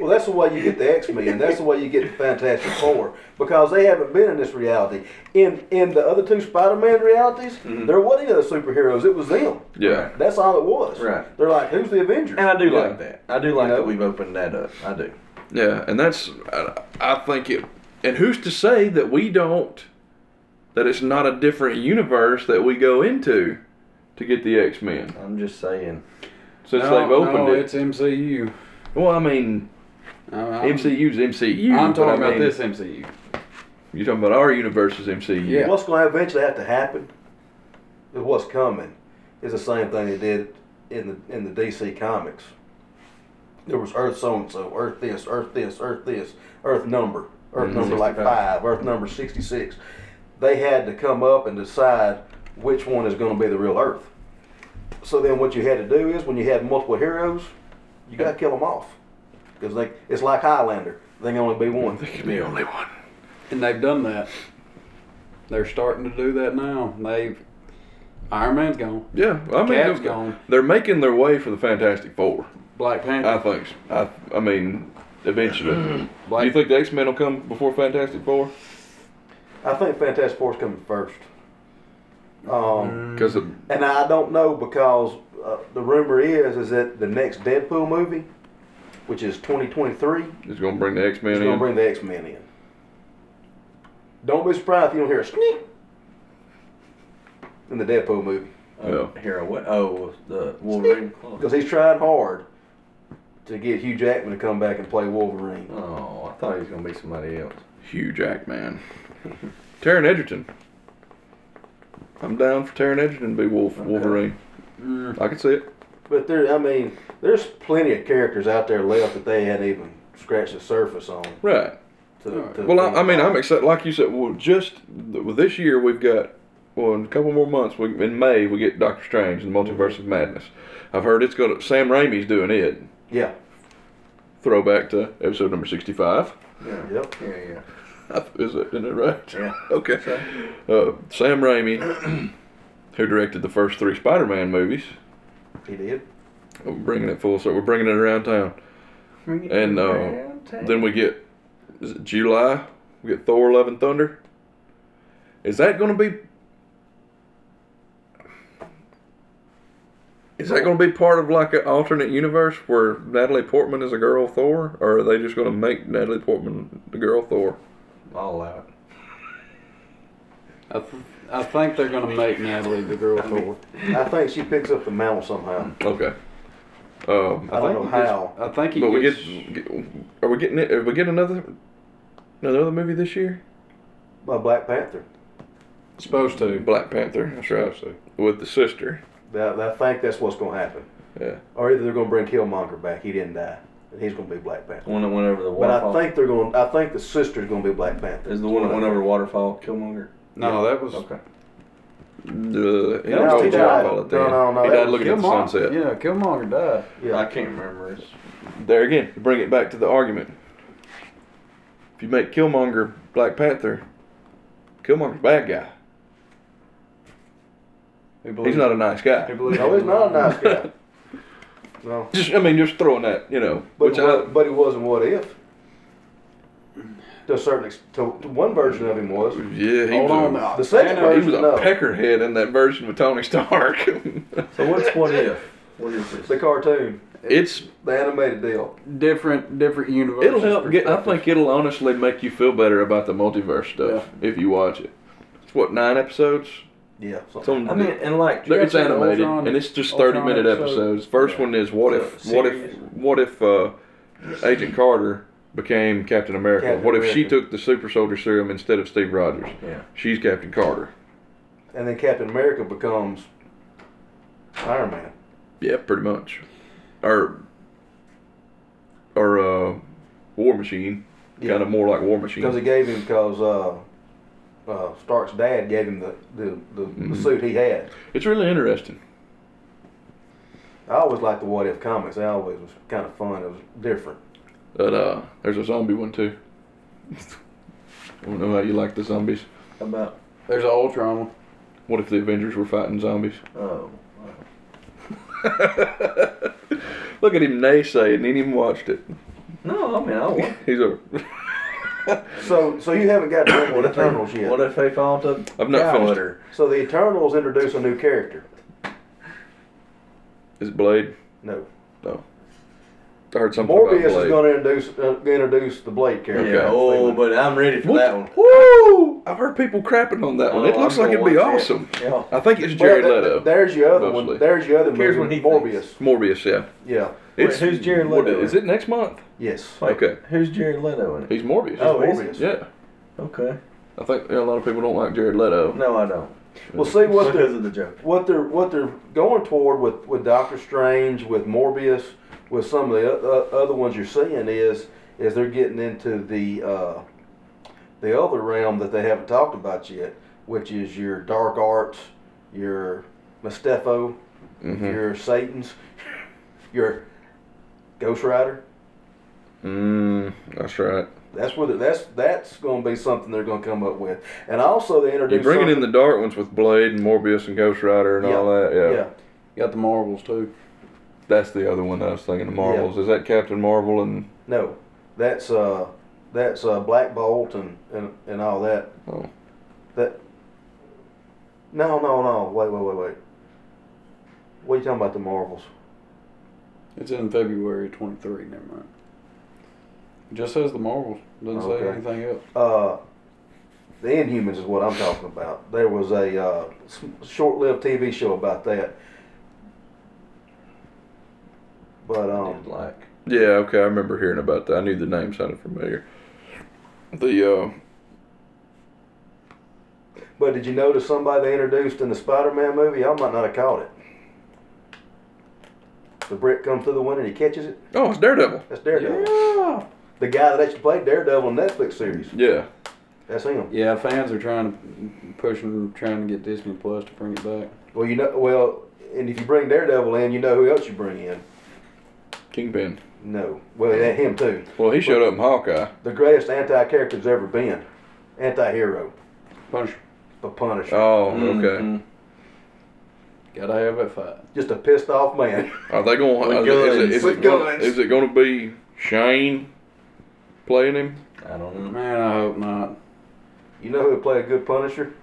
Well, that's the way you get the X Men. That's the way you get the Fantastic Four because they haven't been in this reality. In in the other two Spider Man realities, there wasn't any other superheroes. It was them. yeah. That's all it was. Right. They're like, who's the Avengers? And I do Yeah. like that. I do like You know? that we've opened that up. I do. Yeah, and that's I, I think it. And who's to say that we don't? That it's not a different universe that we go into to get the X Men I'm just saying. since no, they've opened no, it. it's MCU. Well, I mean, I- I'm, MCU's MCU. I'm but talking I about mean, this MCU. You're talking about our universe's MCU. Yeah. What's going to eventually have to happen is what's coming is the same thing they did in the in the DC comics. There was Earth so and so, Earth this, Earth this, Earth this, Earth number, Earth number like 65. five, Earth number sixty six. They had to come up and decide which one is going to be the real Earth. So then, what you had to do is when you had multiple heroes, you got to kill them off because they it's like Highlander. They can only be one. There can be only one. And they've done that. They're starting to do that now. They've Iron Man's gone. Yeah, I mean, they're, Cap's gone. they're making their way for the Fantastic Four. Black Panther. I think. so. I, I mean, eventually. Do Black- you think the X Men will come before Fantastic Four? I think Fantastic Four is coming first. Um, Because And I don't know because uh, the rumor is is that the next Deadpool movie, which is 2023, is it's going to bring the X Men going to in. bring the X Men in. Don't be surprised if you don't hear a sneak in the Deadpool movie Uh, Yeah. Hero. What? Oh, the Wolverine claw. because he's trying hard to get Hugh Jackman to come back and play Wolverine. Oh, I thought he was gonna be somebody else. Hugh Jackman. Taron Egerton. I'm down for Taron Egerton to be Wolf, Wolverine. Mm, I can see it. But there, I mean, there's plenty of characters out there left that they hadn't even scratched the surface on. Right. To, to Well, I, I mean, I'm excited. Like you said, well, just th- well, this year we've got, well, in a couple more months, we, in May, we get Doctor Strange and the Multiverse of Madness. I've heard it's going to, Sam Raimi's doing it. yeah, Throwback to episode number 65. Yeah. yep. Yeah. Yeah. Is it, isn't it right? Yeah. Okay. Uh, Sam Raimi, who directed the first three Spider Man movies, He did. we're bringing it full circle. We're bringing it around town. And uh, then we get is it July. We get Thor: Love and Thunder. Is that going to be? Is that going to be part of like an alternate universe where Natalie Portman is a girl Thor, or are they just going to make Natalie Portman the girl Thor? all out. I, th- I think they're gonna make Natalie the girl Thor. I think she picks up the mantle somehow. Okay. Um, I don't know think he gets- how. I think he but we gets. get, get- are we getting it? Are we getting another another movie this year? By Black Panther. supposed to. Black Panther. That's right. With the sister. That, I think that's what's going to happen. Yeah. Or either they're going to bring Killmonger back. He didn't die, and he's going to be Black Panther. One that went over the But waterfall. I think they're going. I think the sister's going to be Black Panther. Is the one that went over Waterfall, Killmonger? No, that was Okay. The, Uh, he No, was he a died. child at the No, end. no, no, He that died was looking at the Killmonger. sunset. Yeah, Killmonger died. I Yeah. can't remember. It's, There again, bring it back to the argument. If you make Killmonger Black Panther, Killmonger's a bad guy. He's not a nice guy. No, he's not a nice guy. No, Just I mean, just throwing that, you know. but which it, I- wa- but it wasn't what if. To a certain ex- to, to one version of him was. yeah, he Hold on. was, now. The second a, Thanos- he was a No. peckerhead in that version with Tony Stark. So what's what if? What is this? The cartoon, it's the animated deal. different different universe. it'll help. Get, I think it'll honestly make you feel better about the multiverse stuff if you watch it. It's what nine episodes. Yeah. It's on I mean, and like Look, it's Jurassic animated Ultron- and it's just Ultron thirty minute episode. episodes. First one is what if what if series. what if uh, Agent Carter became Captain America? Captain what if she America. took the super soldier serum instead of Steve Rogers? Yeah. She's Captain Carter. And then Captain America becomes Iron Man. Yeah, pretty much. Or or uh, War Machine. Yeah. Kind of more like War Machine. Because he gave him, because uh, uh, Stark's dad gave him the the, the, the Mm-hmm. suit he had. It's really interesting. I always liked the What If comics. They always was kind of fun. It was different. But uh, there's a zombie one too. I don't know how you like the zombies. about There's an Ultron. one. What if the Avengers were fighting zombies? oh Look at him naysaying, and he even watched it. no, I mean I want. He's a. So so you haven't got to the Eternals yet. What if they fall to I've not cow finished. litter? So the Eternals introduce a new character. Is it Blade? No, No. I heard something Morbius about Blade. is going to introduce uh, introduce the Blade Yeah. character. Oh, but I'm ready for What? that one. Woo! I've heard people crapping on that one. Oh, it looks I'm like it'd gonna be watch it. awesome. Yeah. I think it's Well, Jared th- Leto. th- there's your other mostly. one. There's your other Here's movie. what he Morbius. thinks. Morbius, yeah. Yeah. It's who's Jared what- Leto? Is it next month? Yes. Wait, Okay. Who's Jared Leto in it? He's Morbius. Oh, is Morbius. yeah. Okay. I think yeah, a lot of people don't like Jared Leto. No, I don't. We'll see what because the, of the joke. what they're what they're going toward with with Doctor Strange, with Morbius, with some of the o- o- other ones you're seeing is is they're getting into the uh, the other realm that they haven't talked about yet, which is your dark arts, your Mustefo, Mm-hmm. your Satan's, your Ghost Rider. Mm, that's right. That's where the, that's that's going to be something they're going to come up with, and also they You introduce bringing in something- the dark ones with Blade and Morbius and Ghost Rider and all that. Yeah. yeah. Got the Marvels too. That's the other one I was thinking of Marvels. Is that Captain Marvel and No, that's uh, that's uh, Black Bolt and, and and all that. oh, That. No, no, no. Wait, wait, wait, wait. What are you talking about? The Marvels? It's in February 23. Never mind. It just says the Marvels. Doesn't Okay. say anything else. Uh, the Inhumans is what I'm talking about. There was a uh, s- short-lived TV show about that. But um, Like Yeah, okay, I remember hearing about that. I knew the name sounded familiar. The uh but did you notice somebody they introduced in the Spider-Man movie? Y'all might not have caught it. The brick comes through the window and he catches it. oh, it's Daredevil. That's Daredevil. Ah. Yeah. The guy that actually played Daredevil in the Netflix series. Yeah. That's him. Yeah, fans are trying to push and trying to get Disney Plus to bring it back. Well, you know, well, and if you bring Daredevil in, you know who else you bring in. Kingpin. No, well, yeah, him too. Well, he showed up in Hawkeye. The greatest anti-character there's ever been, anti-hero, Punisher. the Punisher, Oh, Mm-hmm. okay. Gotta have that fight. just a pissed-off man. Are they going With to is it, is, guns. it With gonna, guns. is it going to be Shane playing him? I don't know. Man, I hope not. You know who would play a good Punisher?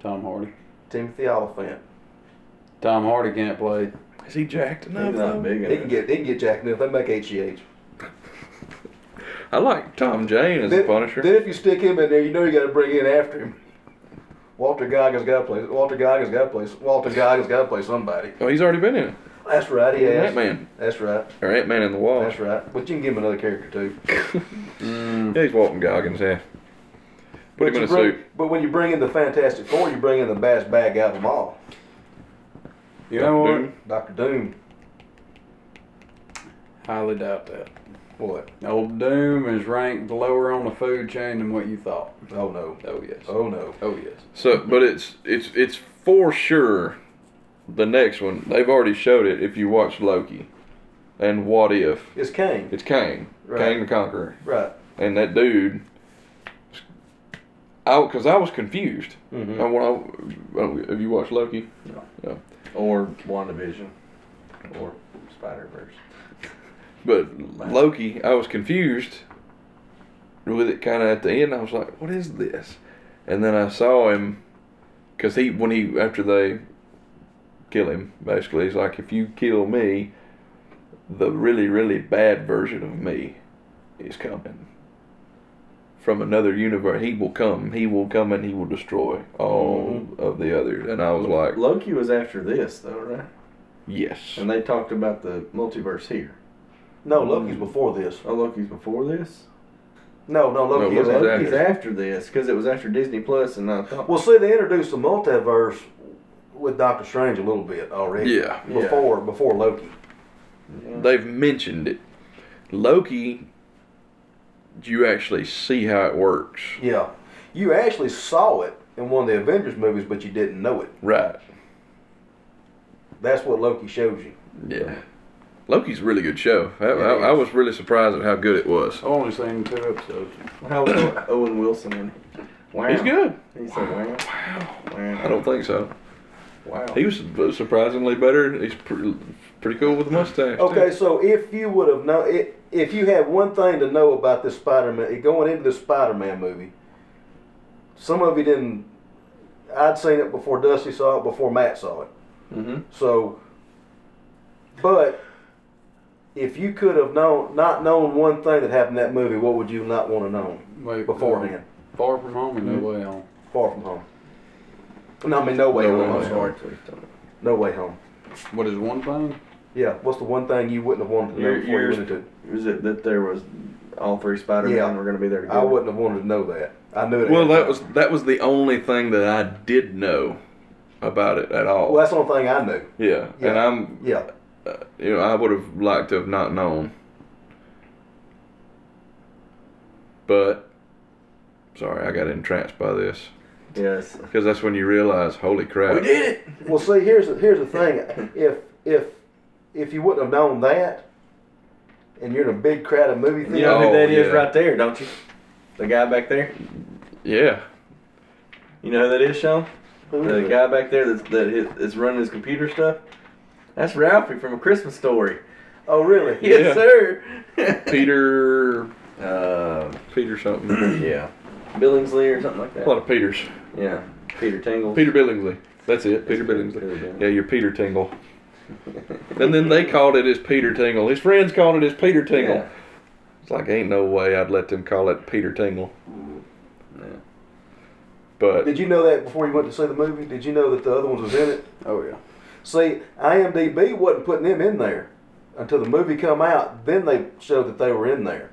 Tom Hardy. Timothy Oliphant. Tom Hardy can't play. Is he jacked enough? He's not though? big They can enough. get they can get Jack Niff. They make E HGH. I like Tom Jane as the Then, Punisher. then if you stick him in there, you know you got to bring in after him. Walter Goggins got to play. Walter Goggins got to play. Walter Goggins got to play somebody. oh, he's already been in it. That's right. He He's has. Ant-Man. That's right. Or Ant-Man in the Wall. That's right. But you can give him another character too. Yeah, he's Walton Goggins, yeah. Put him in you a bring- suit. but when you bring in the Fantastic Four, you bring in the best bad guy of them all, You know what? Doom. Doctor Doom. Highly doubt that. What? Old Doom is ranked lower on the food chain than what you thought. Oh no. Oh yes. Oh no. Oh yes. So, but it's it's it's for sure the next one. They've already showed it. If you watch Loki, and What If, It's Kane. it's Kane, Right. Kane the Conqueror. Right. and that dude. I, cause I was confused. Mhm. And when I, I don't- have you watched Loki? Or WandaVision. Or Spider Verse. But Loki, I was confused with it kind of at the end. I was like, "What is this?" And then I saw him because he when he after they kill him, basically, he's like, "If you kill me, the really really bad version of me is coming." From another universe, he will come. He will come and he will destroy all of the others. And I was like, Mm-hmm. Loki was after this, though, right? "Yes, And they talked about the multiverse here. No, Loki's before this. Oh, Loki's before this? No, no, Loki No, is Loki's after. Loki's after this, because it was after Disney Plus, and I thought. Well, see, they introduced the multiverse with Doctor Strange a little bit already. Yeah. Yeah. Before before Loki. they've mentioned it. Loki, you actually see how it works, Yeah. You actually saw it in one of the Avengers movies, but you didn't know it. right? That's what Loki shows you. Yeah, Loki's a really good show. I, it I, I is. Oh, was really surprised at how good it was. I've only seen two episodes. How was Owen Wilson in it? Wow. He's good. He said, wow. Wow. I don't think so. Wow. He was surprisingly better. He's pr- pretty cool with a mustache. too. Okay, so if you would have known, i- if you had one thing to know about this Spider-Man, going into this Spider-Man movie, some of you didn't. I'd seen it before Dusty saw it, before Matt saw it. Mm-hmm. So, but if you could have known, not known one thing that happened in that movie, what would you not want to know Wait, beforehand? Far from home and no way home. Far from home. No, I mean no way No home. Way Oh, I'm sorry, Please don't. no way home. What is one thing? Yeah, what's the one thing you wouldn't have wanted to know Your- before you yours- went into it? Was it that there was all three Spider-Man Yeah. were going to be there together? I wouldn't have wanted to know that. I knew it. Well, had that happened. was that was the only thing that I did know about it at all. Well, Oh, that's the only thing I knew. yeah. yeah. and I'm Yeah. uh, you know, I would have liked to have not known. But sorry, I got entranced by this Yes. Uh, because that's when you realize, holy crap! did it! Well, see, here's the, here's the thing. If if if you wouldn't have known that, and you're in a big crowded movie theater, You know Oh, who that is yeah. right there, don't you? The guy back there? Yeah, You know who that is, Sean? who is The it? guy back there that's, that is, is running his computer stuff? That's Ralphie from A Christmas Story. oh really? Yes, Yeah. sir. Peter, uh, Peter something. yeah. Billingsley or something like A lot that. of Peters. Yeah. Peter Tingle. Peter Billingsley. That's it. Peter Billingsley. Yeah, your Peter Tingle. and then they called it his Peter Tingle. His friends called it his Peter Tingle. Yeah. It's like ain't no way I'd let them call it Peter Tingle. Mm-hmm. Yeah. But Did you know that before you went to see the movie? Did you know that the other ones was in it? Oh yeah. See, IMDb wasn't putting them in there until the movie come out. Then they showed that they were in there.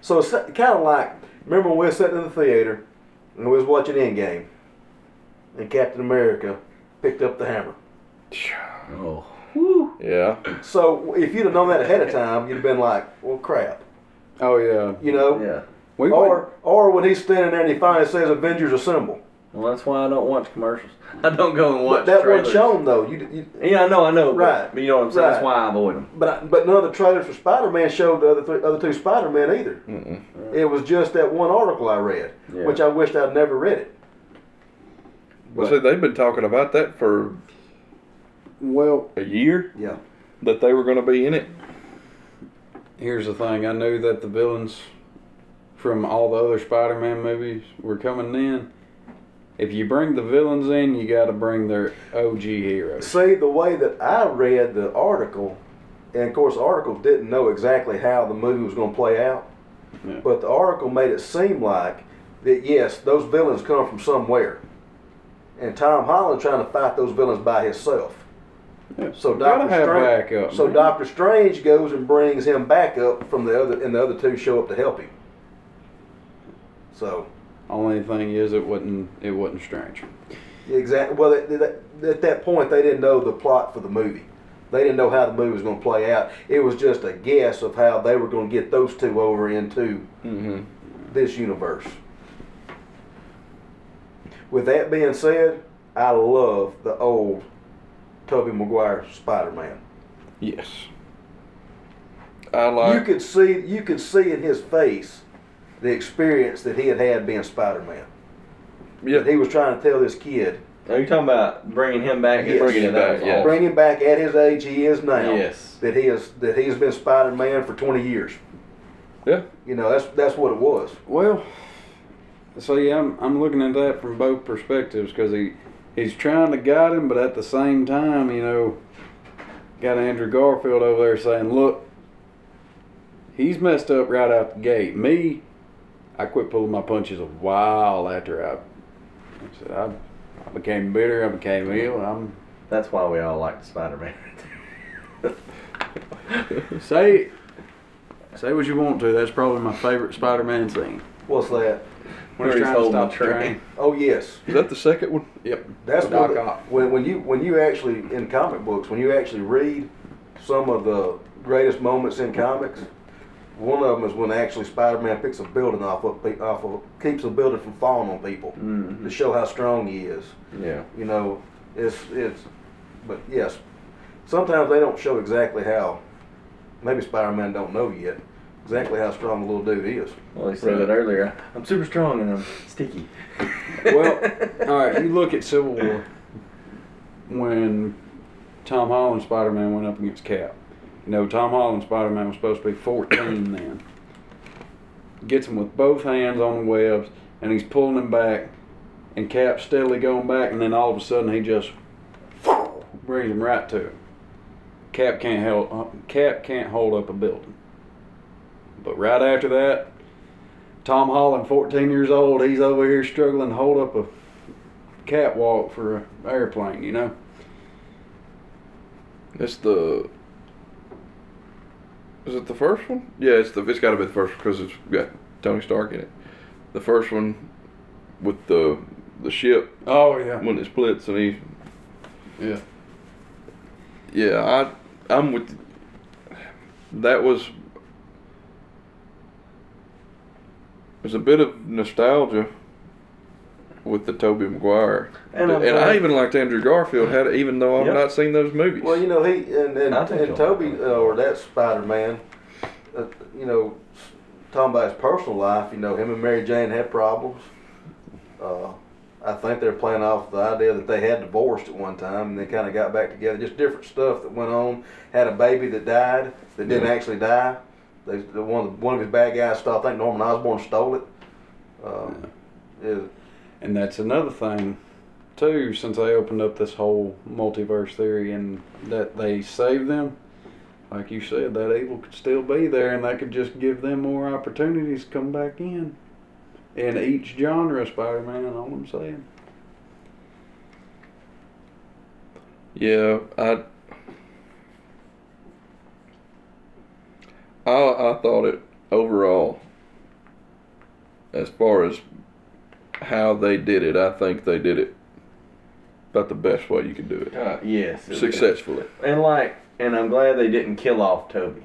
So it's kind of like remember when we were sitting in the theater and we was watching Endgame, and Captain America picked up the hammer. Oh. yeah, So if you'd have known that ahead of time, you'd have been like, "Well, crap," Oh yeah. you know. Yeah. We were. Or or when he's standing there and he finally says, "Avengers Assemble." Well, that's why I don't watch commercials. I don't go and watch But that trailers. wasn't shown though. You, you Yeah, I know, I know. but- Right. But you know what I'm saying? That's Right. why I avoid them. but I, but none of the trailers for Spider Man showed the other three, other two Spider Man either. It was just that one article I read, Yeah. which I wished I'd never read it. well, see, they've been talking about that for Well, a year Yeah. that they were going to be in it. here's the thing. I knew that the villains from all the other Spider-Man movies were coming in. If you bring the villains in, you got to bring their OG heroes. See the way that I read the article, and of course, the article didn't know exactly how the movie was going to play out, Yeah. but the article made it seem like that yes, those villains come from somewhere, and Tom Holland trying to fight those villains by himself. Yeah. So Gotta Doctor have Strange, backup, so man. Doctor Strange goes and brings him back up from the other, and the other two show up to help him. So Only thing is, it wasn't. It wasn't strange. exactly, well, at, at- at that point they didn't know the plot for the movie. They didn't know how the movie was going to play out. It was just a guess of how they were going to get those two over into Mm-hmm. this universe. With that being said, I love the old Tobey Maguire Spider-Man. Yes. I You like. could see you could see in his face the experience that he had had being Spider Man. Yeah. He was trying to tell this kid, Are you talking about bringing him back? Yes. Bringing him That back, was yeah. all. bring him back at his age he is now. Yes. That he is that he's been Spider Man for twenty years. Yeah. You know, that's that's what it was. Well, so yeah, I'm, I'm looking at that from both perspectives because he he's trying to guide him, but at the same time, you know, got Andrew Garfield over there saying, "Look, he's messed up right out the gate." Me, I quit pulling my punches a while after I, I said I, I became bitter, I became ill. I'm That's why we all liked Spider Man. say say what you want to. That's probably my favorite Spider-Man scene. What's that? When he's Where he's trying to holding stop the the train. train. Oh yes. Is that the second one? Yep. That's Doc what it- Ock. when when you when you actually in comic books when you actually read some of the greatest moments in comics. One of them is when actually Spider-Man picks a building off of pe- off of keeps a building from falling on people Mm-hmm. to show how strong he is. Yeah. You know, it's it's, but yes, sometimes they don't show exactly how. Maybe Spider-Man don't know yet exactly how strong the little dude is. Well, he said Right. it earlier. I'm super strong and I'm sticky. well, all right. You look at Civil War when Tom Holland Spider Man went up against Cap. You know, Tom Holland Spider Man was supposed to be 14 then. Gets him with both hands on the webs, and he's pulling him back, and Cap's steadily going back, and then all of a sudden he just brings him right to him. Cap can't hold. Cap can't hold up a building. But right after that, Tom Holland, 14 years old, he's over here struggling to hold up a catwalk for an airplane, you know? It's the. Is it the first one? Yeah, it's the. It's got to be the first because it's got Tony Stark in it. The first one with the the ship Oh, yeah. when it splits and he. Yeah. Yeah, I I'm with. That was. There's a bit of nostalgia with the Toby Maguire, And and, I'm I glad- even liked Andrew Garfield. Had even though I've Yep. not seen those movies. Well, you know, he and and, I think and he'll- Toby uh, or that Spider Man, uh, you know, s- talking about his personal life, you know, him and Mary Jane had problems. Uh, I think they're playing off the idea that they had divorced at one time and then kind of got back together. Just different stuff that went on. Had a baby that died that didn't actually die. They, the one one of his bad guys stole. I think Norman Osborn stole it. Uh, it- And that's another thing, too, since they opened up this whole multiverse theory and that they saved them. Like you said, that evil could still be there, and that could just give them more opportunities to come back in. In each genre, Spider Man, all I'm saying. Yeah, I, I, I thought it overall, as far as how they did it, I think they did it about the best way you could do it, Uh, yes. it was- successfully. And like, and I'm glad they didn't kill off Toby.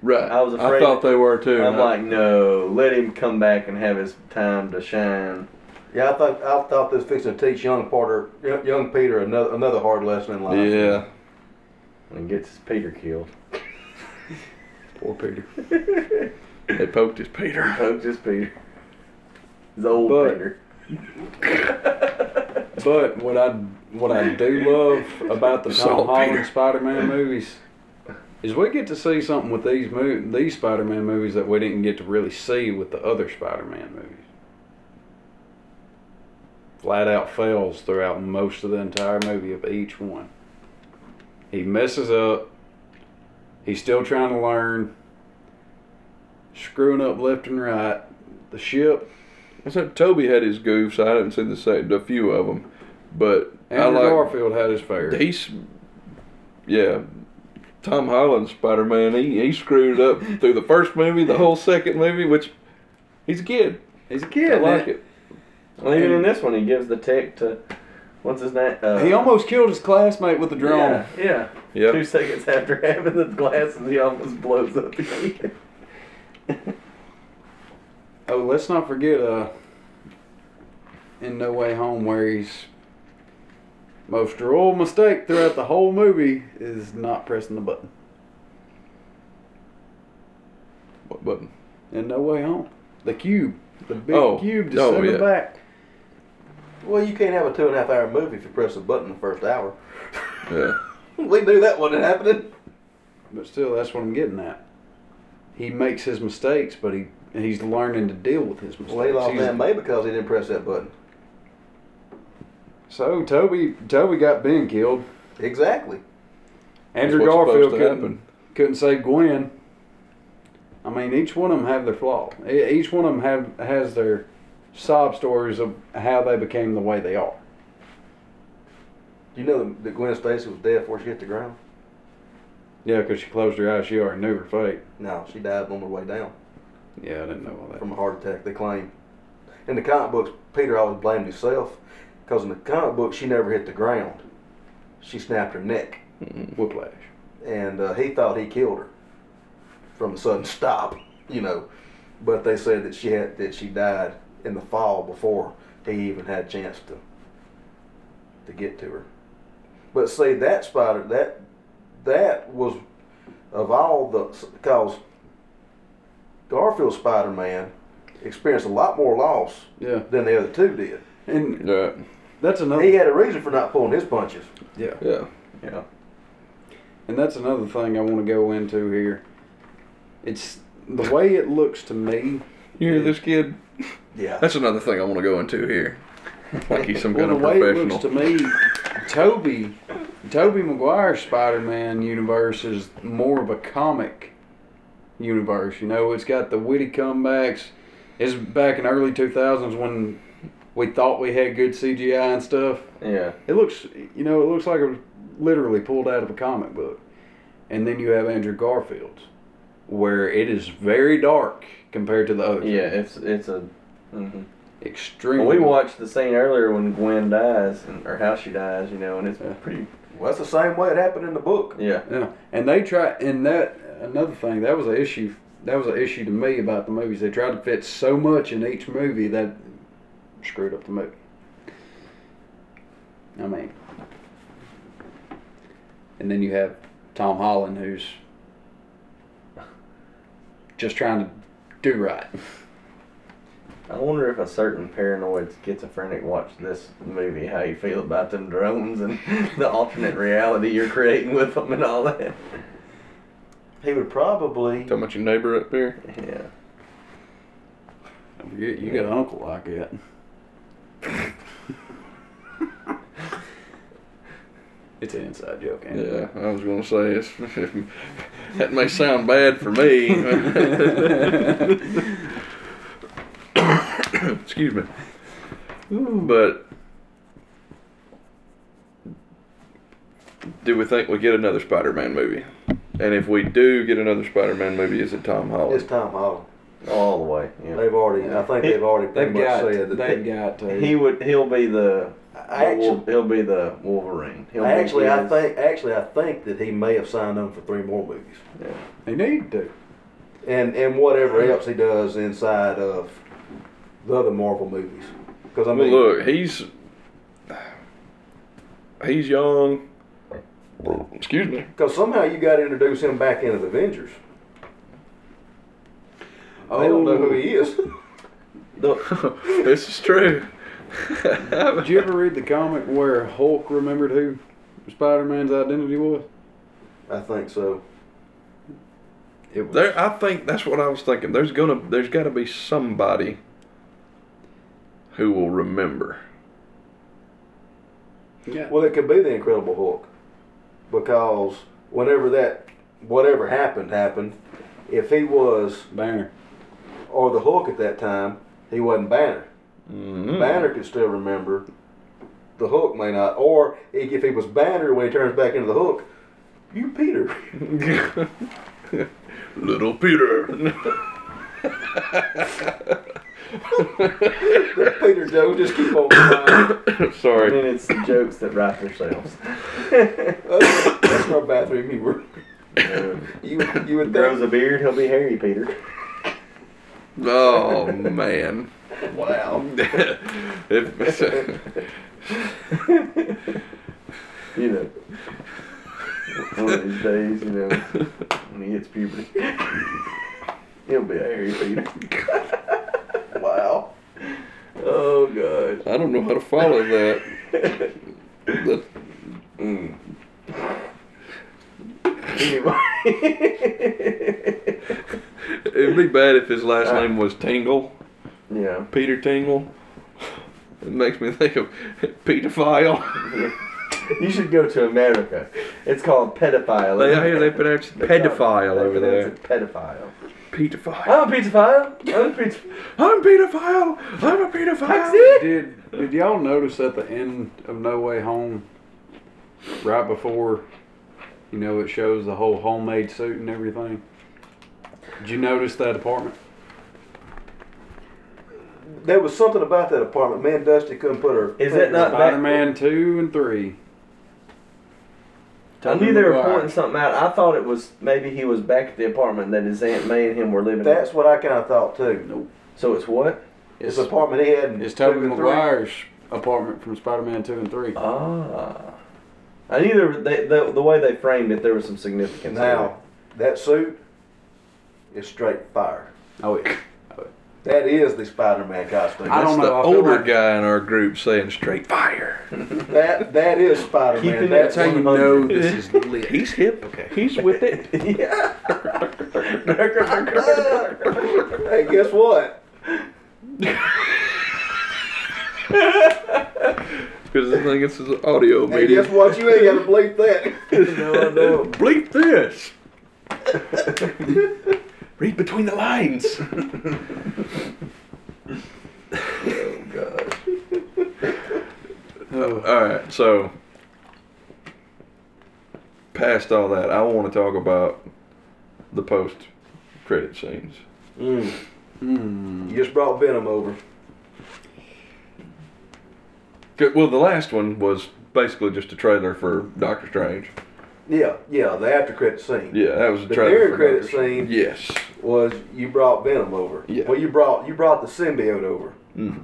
Right. I was afraid- I thought they were too. I'm and I- like, no, let him come back and have his time to shine. yeah, I thought I thought this was fixing to teach young Porter, young young Peter another another hard lesson in life. yeah. And gets his Peter killed. Poor Peter. They poked his Peter. Poked his Peter. His old But- Peter. But what I what I do love about the Tom Salt Holland Peter. Spider-Man movies is we get to see something with these mo- these Spider-Man movies that we didn't get to really see with the other Spider-Man movies. Flat out fails throughout most of the entire movie of each one. He messes up. He's still trying to learn. Screwing up left and right. The ship. I said Toby had his goofs. I didn't see the same, a few of them, but I Andrew like. Garfield had his fair. He's, yeah, Tom Holland Spider Man. He he screwed up through the first movie, the whole second movie, which he's a kid. He's a kid. I like man. it. Well, even in this one, he gives the tech to, what's his name? Uh, He almost killed his classmate with a drone. Yeah, yeah. Yep. Two seconds after having the glasses, he almost blows up. again. Oh, let's not forget uh in No Way Home where he's most royal mistake throughout the whole movie is not pressing the button. What button? In No Way Home. the cube, the big Oh. cube to Oh, send yeah. them back. Well, you can't have a two and a half hour movie if you press a button the first hour. Yeah. We knew that wasn't happening. But still, that's what I'm getting at. He makes his mistakes, but he he's learning to deal with his mistakes. Well, he lost He's- that May because he didn't press that button. So Toby Toby got Ben killed. Exactly. Andrew what's supposed Garfield to couldn't happen. couldn't save Gwen. I mean, each one of them have their flaw. E- Each one of them have has their sob stories of how they became the way they are. You know that Gwen Stacy was dead before she hit the ground? Yeah, because she closed her eyes, she already knew her fate. No, she died on her way down Yeah, I didn't know all that. from a heart attack, they claim. In the comic books, Peter always blamed himself because in the comic book, she never hit the ground. She snapped her neck, Whiplash. and uh, he thought he killed her from a sudden stop, you know. But they said that she had that she died in the fall before he even had a chance to to get to her. But see, that spider that that was of all the because Garfield Spider Man experienced a lot more loss Yeah, than the other two did. and Yeah. that's another. He had a reason for not pulling his punches. yeah. Yeah. Yeah. And that's another thing I want to go into here. It's the way it looks to me. You hear this kid? Yeah. That's another thing I want to go into here. Like he's some Well, kind the of way it looks to professional. me, Toby, Toby Maguire's Spider-Man universe is more of a comic universe. You know, it's got the witty comebacks. It's back in early two thousands when we thought we had good CGI and stuff. Yeah. It looks, you know, it looks like it was literally pulled out of a comic book. And then you have Andrew Garfield's, where it is very dark compared to the other. Yeah. It's it's a. mhm. extremely. Well, we watched the scene earlier when Gwen dies, and, or how she dies, you know, and it's Yeah. pretty. Well, that's the same way it happened in the book. Yeah. Yeah, and they try, and that another thing that was an issue. That was an issue to me about the movies. They tried to fit so much in each movie that screwed up the movie. I mean, and then you have Tom Holland who's just trying to do right. I wonder if a certain paranoid schizophrenic watched this movie, how you feel about them drones and the alternate reality you're creating with them and all that. He would probably Talking about your neighbor up there. Yeah. You, you got an uncle like that. it's an inside joke. ain't it? Yeah, I was gonna say it's, that may sound bad for me. Excuse me, but do we think we get another Spider-Man movie? And if we do get another Spider-Man movie, is it Tom It's Holland? Tom Holland. All the way. Yeah. They've already, I think they've already pretty They've much got. said that. They've got. To, He would. He'll be the. I actually, he'll be the Wolverine. He'll be actually, I his- think, actually, I think that he may have signed on for three more movies, They need to. and and whatever else he does inside of the other Marvel movies. Because I Well, mean, look, he's he's young. Excuse me. because somehow you got to introduce him back into the Avengers. They don't know who he is. Oh. this is true. Did you ever read the comic where Hulk remembered who Spider Man's identity was? I think so. It was. There, I think that's what I was thinking. There's gonna, there's got to be somebody who will remember. Yeah. Well, it could be the Incredible Hulk, because whenever that whatever happened happened, if he was Banner. or the Hulk at that time, he wasn't Banner. Hmm. Mm-hmm. Banner could still remember. The Hulk may not. Or if he was Banner when he turns back into the Hulk, you Peter. Little Peter. That Peter Joe just keep on flying. I Sorry. mean, it's the jokes that write themselves. That's Uh, that's our bathroom you were. You, you would grows think. a beard, he'll be hairy, Peter. Oh man. Wow. if, You know. One of these days, you know, when he hits puberty, he'll be a hairy Peter. Oh, good. I don't know how to follow that. That- Anyway. it'd be bad if his last name was Tingle, yeah. Peter Tingle. It makes me think of pedophile. You should go to America. It's called pedophile. they, I hear they pronounce it pedophile over there. Pedophile. Pedophile. I'm a pedophile. I'm a pedophile. I'm a pedophile. I'm a pedophile. That's it. Did did y'all notice at the end of No Way Home, right before, you know, it shows the whole homemade suit and everything? Did you notice that apartment? There was something about that apartment. Man, Dusty couldn't put her. Is it not Spider that? Man two and three. I knew they were Maguire. pointing something out. I thought it was maybe he was back at the apartment that his aunt May and him were living. in. That's what I kind of thought too. Nope. So it's what? It's an apartment he had. in It's two Tobey and three. Maguire's apartment from Spider Man two and three. Uh, Ah. I knew there, were- they, the, the way they framed it, there was some significance. to Now, that suit is straight fire. Oh yeah. That is the Spider-Man costume. I don't That's the know, I feel older like- guy in our group saying straight fire. That that is Keeping Spider-Man. it That's tight. how You know this is lit. He's hip. He's with it. it. Yeah. Hey, guess what? Because this thing this is an audio Hey, medium. guess what? You ain't gotta believe that. no, I know. Bleep this. Read between the lines. Oh. All right, so past all that, I want to talk about the post credit scenes. Mm. You just brought Venom over. 'Cause- Well, the last one was basically just a trailer for Doctor Strange. Yeah, yeah. The after credit scene Yeah, that was a The trailer. very for credit Doctor Strange. scene. Yes. was you brought Venom over. Yeah. Well, you brought you brought the symbiote over. Mm-hmm.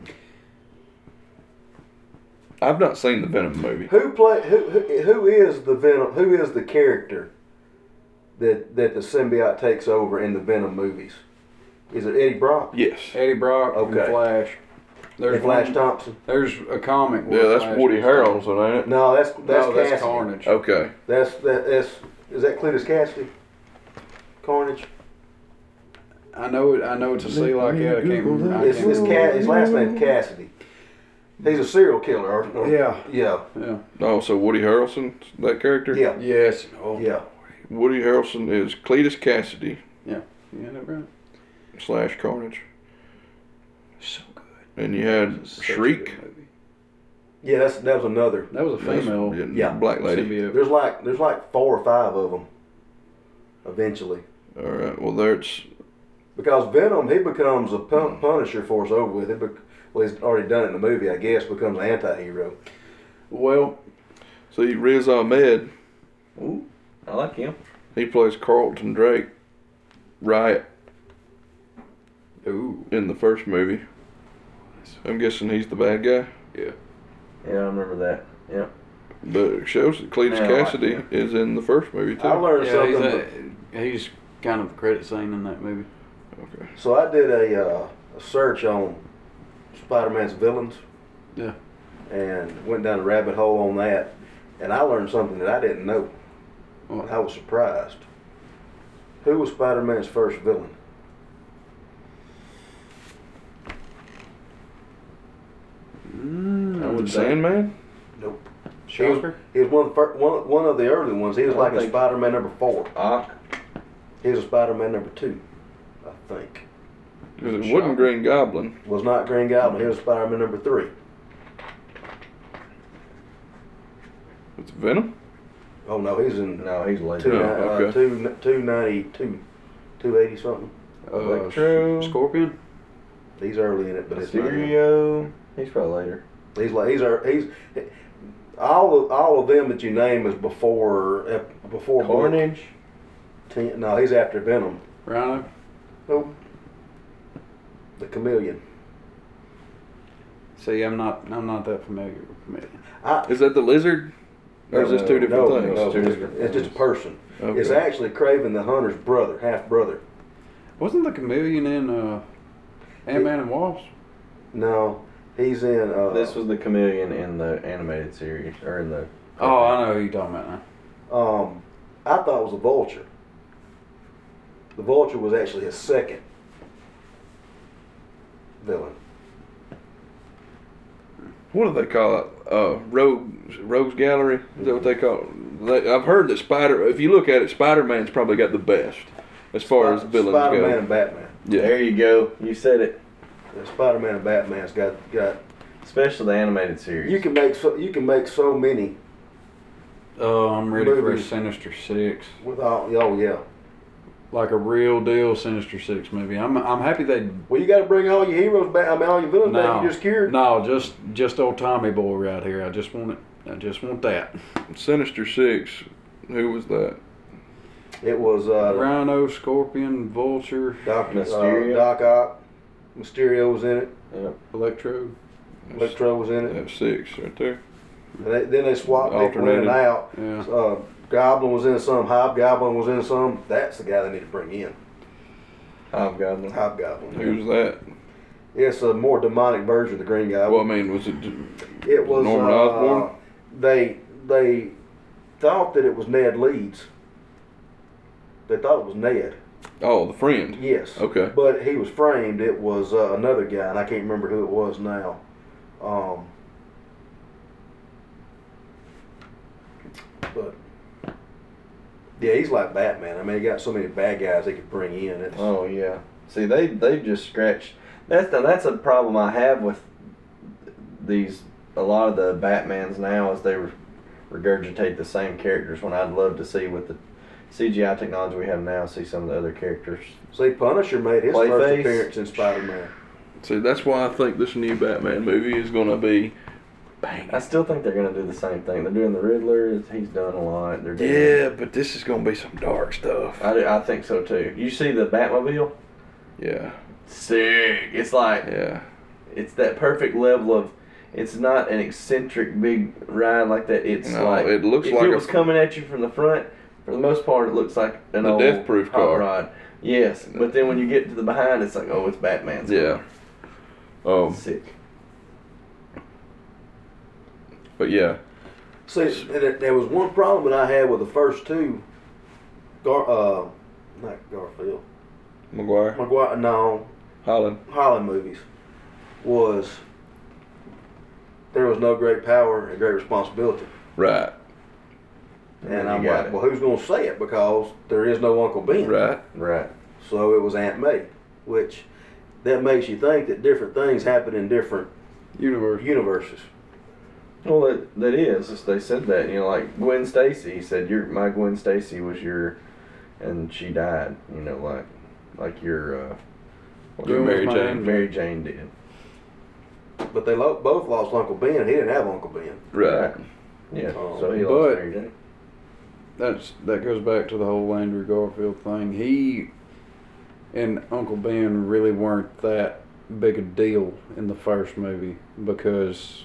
I've not seen the Venom movie. Who play? Who, who who is the Venom? Who is the character that that the symbiote takes over in the Venom movies? Is it Eddie Brock? Yes. Eddie Brock Okay. and Flash. There's And Flash one- Thompson? There's a comic. Yeah, where that's Flash Woody was- Harrelson, Oh. ain't it? No, that's that's, No, that's Cassidy. Carnage. Okay. That's that, that's is that Cletus Cassidy? Carnage. I know it. I know it's a C like that. I can't remember. I It's, can't it's Ca- his last name Cassidy. He's a serial killer. Or, or- Yeah. yeah, Yeah. Oh, so Woody Harrelson, that character? yeah, Yes. Oh. yeah. Woody Harrelson is Cletus Cassidy Yeah. You got it right. slash Carnage. So good. And you had Such a Shriek. good movie. Yeah, that's that was another. That was a That's- female. Yeah. Black lady. symbiote. There's like there's like four or five of them. Eventually, All right. Well, there's because Venom he becomes a pun- Punisher for us over with. It bec- well, he's already done it in the movie, I guess. Becomes an anti-hero. Well, see Riz Ahmed. Ooh, I like him. He plays Carlton Drake, Riot, ooh, in the first movie. I'm guessing he's the bad guy. yeah. Yeah, I remember that. Yeah. But it shows that Cletus Yeah, I like Cassidy him. is in the first movie too. I learned yeah he's, something. a, he's kind of the credit scene in that movie. Okay. So I did a, uh, a search on Spider-Man's villains. Yeah. And went down a rabbit hole on that, and I learned something that I didn't know. Well, I was surprised. Who was Spider-Man's first villain? mm, I Mm. would Sandman. Nope. He was, Shocker. he was one, of the fir- one one of the early ones. He was I don't like a think- Spider-Man number four. Ock. He was a Spider-Man number two, I think. 'Cause it wasn't Green Goblin. Was not Green Goblin. He was Spider-Man number three. It's Venom. Oh no, he's in No, he's two, lazy. ni- No, uh, okay. two, two ninety two, two eighty something. Uh, Electro. S- Scorpion. He's early in it, but it's not him. Mysterio. He's probably later. He's like he's ear- he's all of, all of them that you name is before ep- before Book Carnage. Ten, no, he's after Venom. Rhino. Nope. The Chameleon. See, I'm not. I'm not that familiar with Chameleon. I, Is that the Lizard? Or is this two different no, things? no, Two it's, different it's just a things. person. Okay. It's actually Craven the Hunter's brother, half brother. Wasn't the Chameleon in uh, Ant Man and Wasp? No, He's in. Uh, This was the chameleon in the animated series, or in the. Oh, I know who you're talking about now. Um, I thought it was a vulture. The vulture was actually his second villain. What do they call it? Uh, Rogues Rogues Gallery? Is that what they call it? They, I've heard that Spider. If you look at it, Spider Man's probably got the best as far as villains Spider-Man go. and Batman. Yeah. There you go. You said it. Yeah, Spider-Man and Batman's got got. Especially the animated series. You can make so you can make so many Oh, I'm ready for a Movies. Sinister Six, with all. Oh yeah. like a real deal Sinister Six movie. I'm I'm happy they Well, you got to bring all your heroes back. I mean, all your villains no, back. You just cured. no, just just old Tommy boy right here. I just want it. I just want that. Sinister Six. Who was that? It was uh, Rhino, Scorpion, Vulture, Doc Mysterio. Uh, Doc Ock. Mysterio was in it. Yeah. Electro. Electro was in it. That's six right there. And they, then they swapped it in Alternated. and out. Yeah. Uh, Goblin was in some. Hobgoblin was in some. That's the guy they need to bring in. Hobgoblin. Hobgoblin. Who's that? It's a more demonic version of the Green Goblin. Well, I mean, was it? It was Norman uh, Osborn? They they thought that it was Ned Leeds. They thought it was Ned. Oh, the friend. Yes. Okay. But he was framed. It was uh, another guy, and I can't remember who it was now. Um, but yeah, he's like Batman. I mean, he got so many bad guys they could bring in. It's, Oh yeah. See, they they've just scratched. That's the, that's a problem I have with these a lot of the Batman's now is they re- regurgitate the same characters. When I'd love to see with the CGI technology we have now, see some of the other characters. see, Punisher made his Clayface. first appearance in Spider-Man. See, that's why I think this new Batman movie is gonna be bang. I still think they're gonna do the same thing. They're doing the Riddler. He's done a lot. They're doing, Yeah, but this is gonna be some dark stuff. I, do- I think so too. You see the Batmobile? Yeah, Sick. It's like yeah. it's that perfect level of it's not an eccentric big ride like that. It's No, like it looks if like it a- was coming at you from the front. For the most part, it looks like an The old death proof hot car. rod. Yes, but then when you get to the behind, it's like oh, it's Batman's. Yeah. Um, sick. but yeah, See, and there- there was one problem that I had with the first two. Gar, uh, not Garfield. McGuire, McGuire, no, Holland. Holland movies was there was no great power and great responsibility. Right, And, then you I'm got like, it. well, who's going to say it? Because there is no Uncle Ben. right. Right. So it was Aunt May, which that makes you think that different things happen in different Universe. universes. Well, that that is. it's- They said that you know, like Gwen Stacy he said, "Your my Gwen Stacy was your," and she died. You know, like like your uh, what Doing Mary with my Jane. Mary Jane did. But they lo- both lost Uncle Ben. He didn't have Uncle Ben. Right. Yeah. Oh. so he lost But- Mary Jane. That's that goes back to the whole Landry Garfield thing. He and Uncle Ben really weren't that big a deal in the first movie because,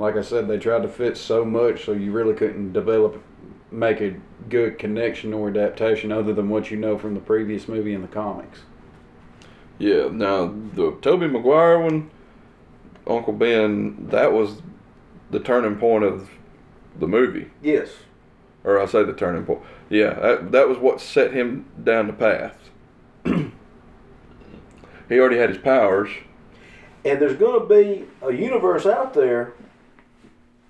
like I said, they tried to fit so much, so you really couldn't develop, make a good connection or adaptation other than what you know from the previous movie and the comics. Yeah. Now the Toby McGuire one, Uncle Ben, that was the turning point of the movie, Yes. or I say the turning point. Yeah, that, that was what set him down the path. he already had his powers. And there's going to be a universe out there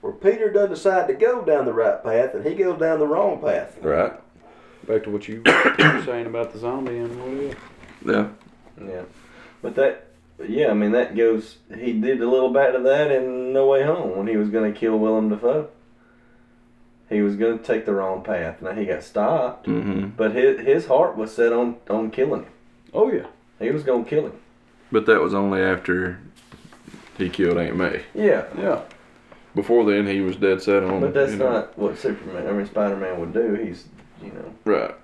where Peter doesn't decide to go down the right path and he goes down the wrong path. Right. Back to what you were saying about the zombie and what else. Yeah. Yeah, but that, yeah, I mean that goes. He did a little bit of that in No Way Home when he was going to kill Willem Dafoe. He was going to take the wrong path. Now he got stopped, Mm-hmm. but his his heart was set on on killing him. Oh yeah. He was going to kill him. But that was only after he killed Aunt May. Yeah, Yeah. Before then, he was dead set on. but that's you know. not what Superman. I mean Spider Man would do. He's you know right.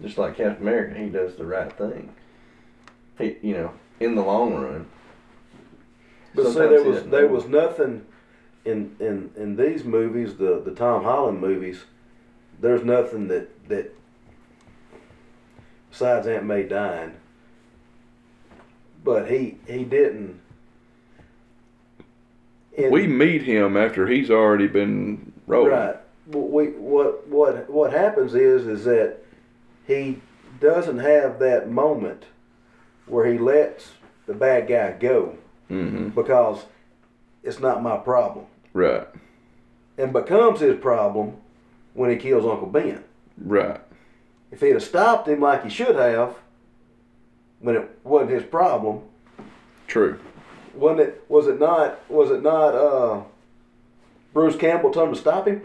just like Captain America. He does the right thing. He you know in the long run. But see, Sometimes there he was doesn't there know. was nothing in in in these movies, the the Tom Holland movies. There's nothing that that besides Aunt May dying. But he he didn't in, We meet him after he's already been rolling. Right. What we what what what happens is is that he doesn't have that moment where he lets the bad guy go because it's not my problem Mm-hmm. Right. and becomes his problem when he kills Uncle Ben. Right. If he'd have stopped him like he should have when it wasn't his problem, True. wasn't it? Was it not? Was it not? Uh, Bruce Campbell told him to stop him.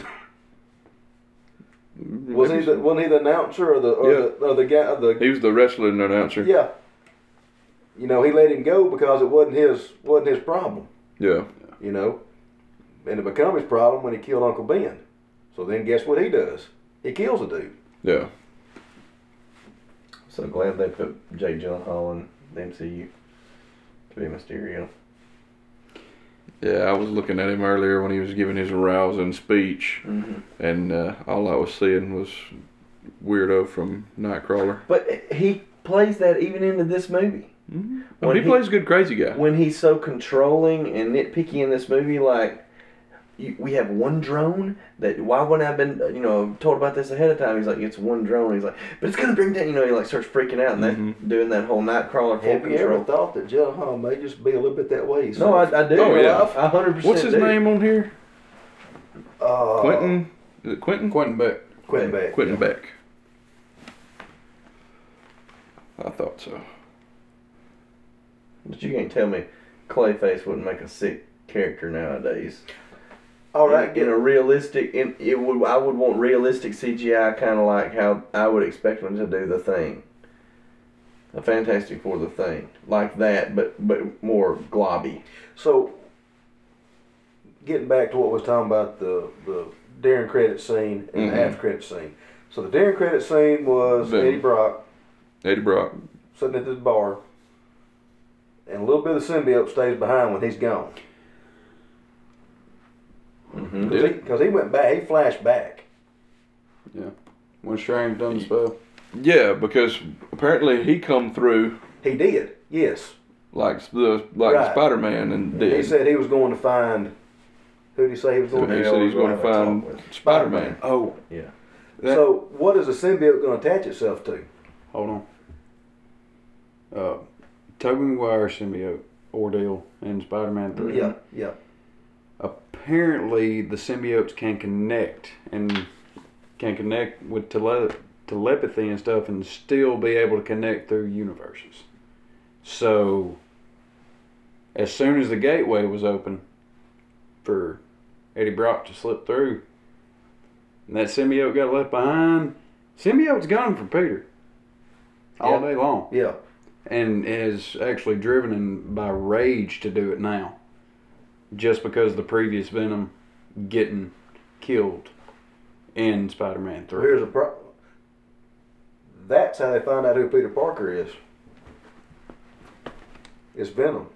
Was he Maybe the, wasn't he the announcer or the or, Yeah. the, or the guy or the He was the wrestling announcer. yeah? You know, he let him go because it wasn't his wasn't his problem. Yeah. You know, and it become his problem when he killed Uncle Ben. So then, guess what he does? He kills a dude. Yeah. So glad they put Jay Gyllenhaal in the MCU to be Mysterio. Yeah, I was looking at him earlier when he was giving his rousing speech, and uh, all I was seeing was weirdo from Nightcrawler. But he plays that even into this movie. When Mm-hmm. Oh, he, plays good crazy guy. when he's so controlling and nitpicky in this movie, like you, we have one drone that why wouldn't I have been you know told about this ahead of time? He's like, it's one drone. He's like, but it's gonna bring down. You know, he like starts freaking out and Mm-hmm. that doing that whole nightcrawler full Have you ever control. thought that Jell Hall may just be a little bit that way? No, I, I do. Oh, yeah. I hundred percent. What's his name on here? uh, Quentin. Is it Quentin? Quentin Beck. Quentin Beck. Quentin Beck. I thought so. But you can't tell me Clayface wouldn't make a sick character nowadays. All right, in, get in a realistic, in it would I would want realistic CGI, kind of like how I would expect them to do the thing. A Fantastic Four, the thing, like that, but but more globby. So, getting back to what we was talking about the the Darren credit scene and the Mm-hmm. after credit scene. So the Darren credit scene was Boom. Eddie Brock Eddie Brock. sitting at this bar, and a little bit of the symbiote stays behind when he's gone. Mm-hmm. Because he, 'cause he went back, he flashed back. Yeah. When Strange done the spell. Yeah, because apparently he come through He did, yes. like s- the like Right. Spider Man and He did. said he was going to find. Who did he say he was going And he to said he's we're gonna going to have a talk find with Spider Man. Oh, Yeah. that- So what is the symbiote going to attach itself to? hold on. Uh, Toby Maguire symbiote ordeal in Spider Man 3. Yeah, yeah. Apparently, the symbiotes can connect and can connect with tele- telepathy and stuff and still be able to connect through universes. So, as soon as the gateway was open for Eddie Brock to slip through, and that symbiote got left behind, symbiote's gone for Peter all Yeah. day long Yeah. and is actually driven in by rage to do it now, just because the previous Venom getting killed in Spider-Man Well, Three. here's a problem. That's how they find out who Peter Parker is. It's Venom,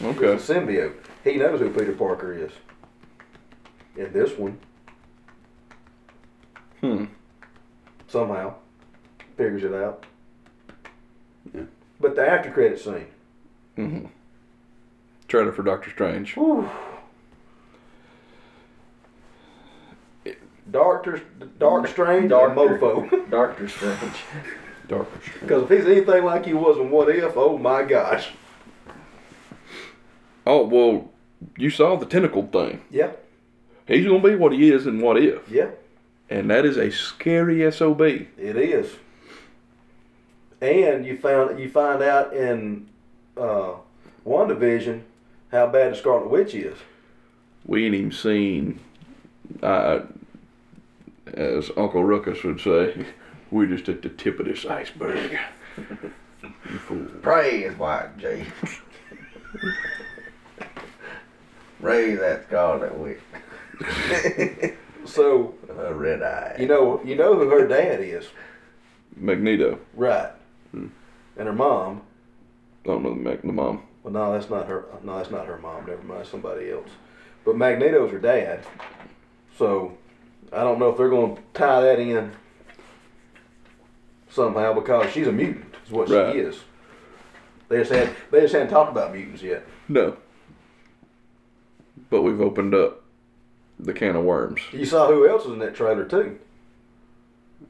the Okay. symbiote. He knows who Peter Parker is. In this one, Hmm. somehow, figures it out. Yeah. But the after credit scene. Mm-hmm. Trailer for Doctor Strange. Doctor, Dark Strange, Darker. Mm. Dark Mofo. Doctor Strange. Doctor Strange. Because if he's anything like he was in What If, oh my gosh. Oh well, you saw the tentacle thing. Yeah, He's gonna be what he is and what if, yeah, and that is a scary sob. it is. And you found you find out in uh, WandaVision how bad the Scarlet Witch is. We ain't even seen, uh, as Uncle Ruckus would say, we're just at the tip of this iceberg. Praise White Jay. Raise that scarlet witch. So A red eye. you know you know who her dad is, Magneto. right? Hmm. And her mom. Don't know the, Mag- the mom. Well, no, that's not her. No, that's not her mom. Never mind, somebody else. But Magneto's her dad. So I don't know if they're going to tie that in somehow because she's a mutant. Is what Right. she is. They just had they just hadn't talked about mutants yet. No. but we've opened up the can of worms. You saw who else was in that trailer too.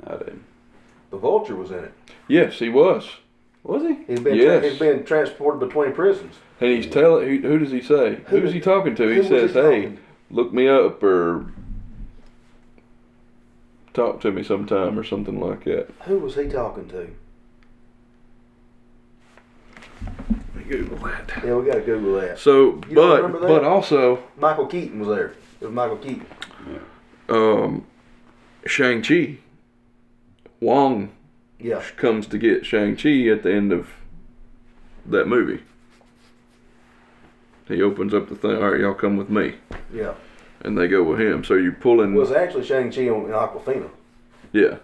I did. The vulture was in it. Yes, he was. Was he? He's been Yes. he's been transported between prisons. And he's telling who, who does he say? Who- Who's he talking to? who He was he says, "Hey, talking? look me up or talk to me sometime or something like that." Who was he talking to? Google that. Yeah, we gotta Google that. So, You don't but remember that? but also, Michael Keaton was there. It was Michael Keaton. um, Shang Chi, Wong Yeah. comes to get Shang Chi at the end of that movie. He opens up the thing. All right, y'all come with me, Yeah. and they go with him. So you're pulling. It was actually Shang Chi on in Aquafina. Yeah.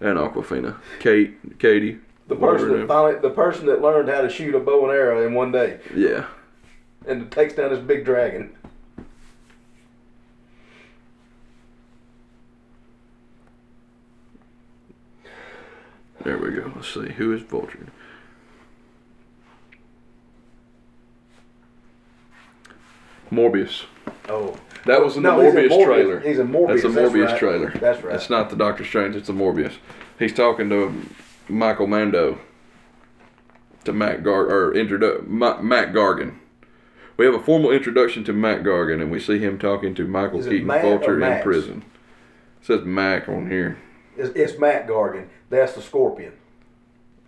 And Aquafina. Kate, Katie. The person whatever that finally, the person that learned how to shoot a bow and arrow in one day her name- Yeah. and takes down this big dragon. There we go. Let's see. Who is Vulture? Morbius. Oh. That was in No, the he's in Morbius, Morbius. trailer. He's in Morbius, That's a that's Morbius right. trailer. That's right. It's not the Doctor Strange. It's the Morbius. He's talking to Michael Mando. To Matt Gar or introdu- Ma- Matt Gargan. We have a formal introduction to Matt Gargan, and we see him talking to Michael Is it Keaton Matt or Vulture in Max? prison. It says Mac on here, It's, it's Matt Gargan. That's the scorpion.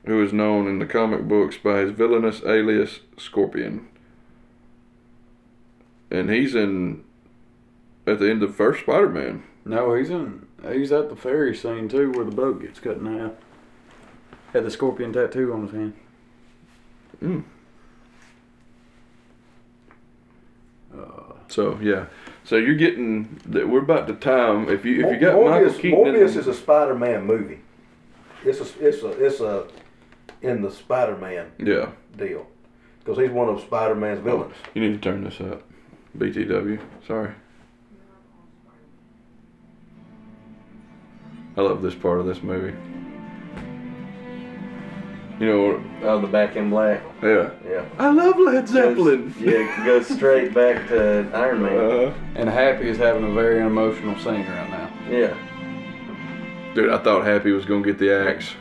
who is known in the comic books by his villainous alias Scorpion. And he's in at the end of first Spider-Man. No, he's in. He's at the ferry scene too, where the boat gets cut in half. Had the scorpion tattoo on his hand. Mm. Uh, So yeah, so you're getting that we're about to time. If you if you got Michael Morbius, Keaton, in- Morbius is a Spider-Man movie. It's a it's a it's a in the Spider-Man yeah, deal because he's one of Spider-Man's villains. you need to turn this up. BTW, sorry. I love this part of this movie. You know, Oh, the back in black. yeah. Yeah. I love Led Zeppelin. Goes- yeah, goes straight back to Iron Man. Uh, And Happy is having a very emotional scene right now. yeah. dude, I thought Happy was gonna get the axe.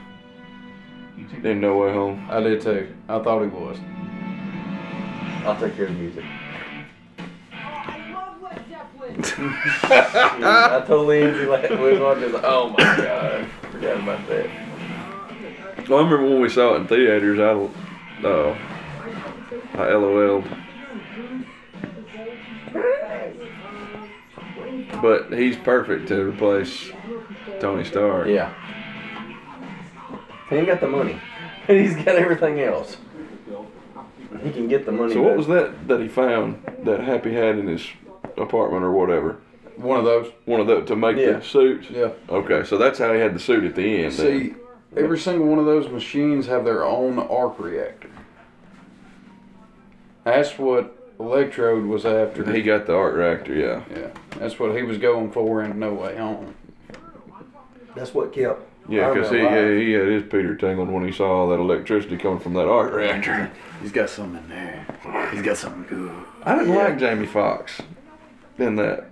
Ain't no way home. I did too. I thought he was. I'll take care of the music. Oh, I love Led Zeppelin. I told Lindsay like, we was watching, like, oh my god, forgot about that. Well, I remember when we saw it in theaters. I, uh, I LOL'd. But he's perfect to replace Tony Stark. Yeah. He ain't got the money, but he's got everything else. He can get the money. So what back. was that that he found that Happy had in his apartment or whatever? One of those. One of the to make Yeah. the suit. Yeah. Okay, so that's how he had the suit at the end. then. See, every single one of those machines have their own arc reactor. That's what Electrode was after. he got the art reactor. Yeah. yeah, that's what he was going for in No Way Home. That's what kept. Yeah, Iron because Man he, alive. he had his Peter tingled when he saw all that electricity coming from that art reactor. He's got something in there. He's got something good. I didn't like Jamie Foxx in that.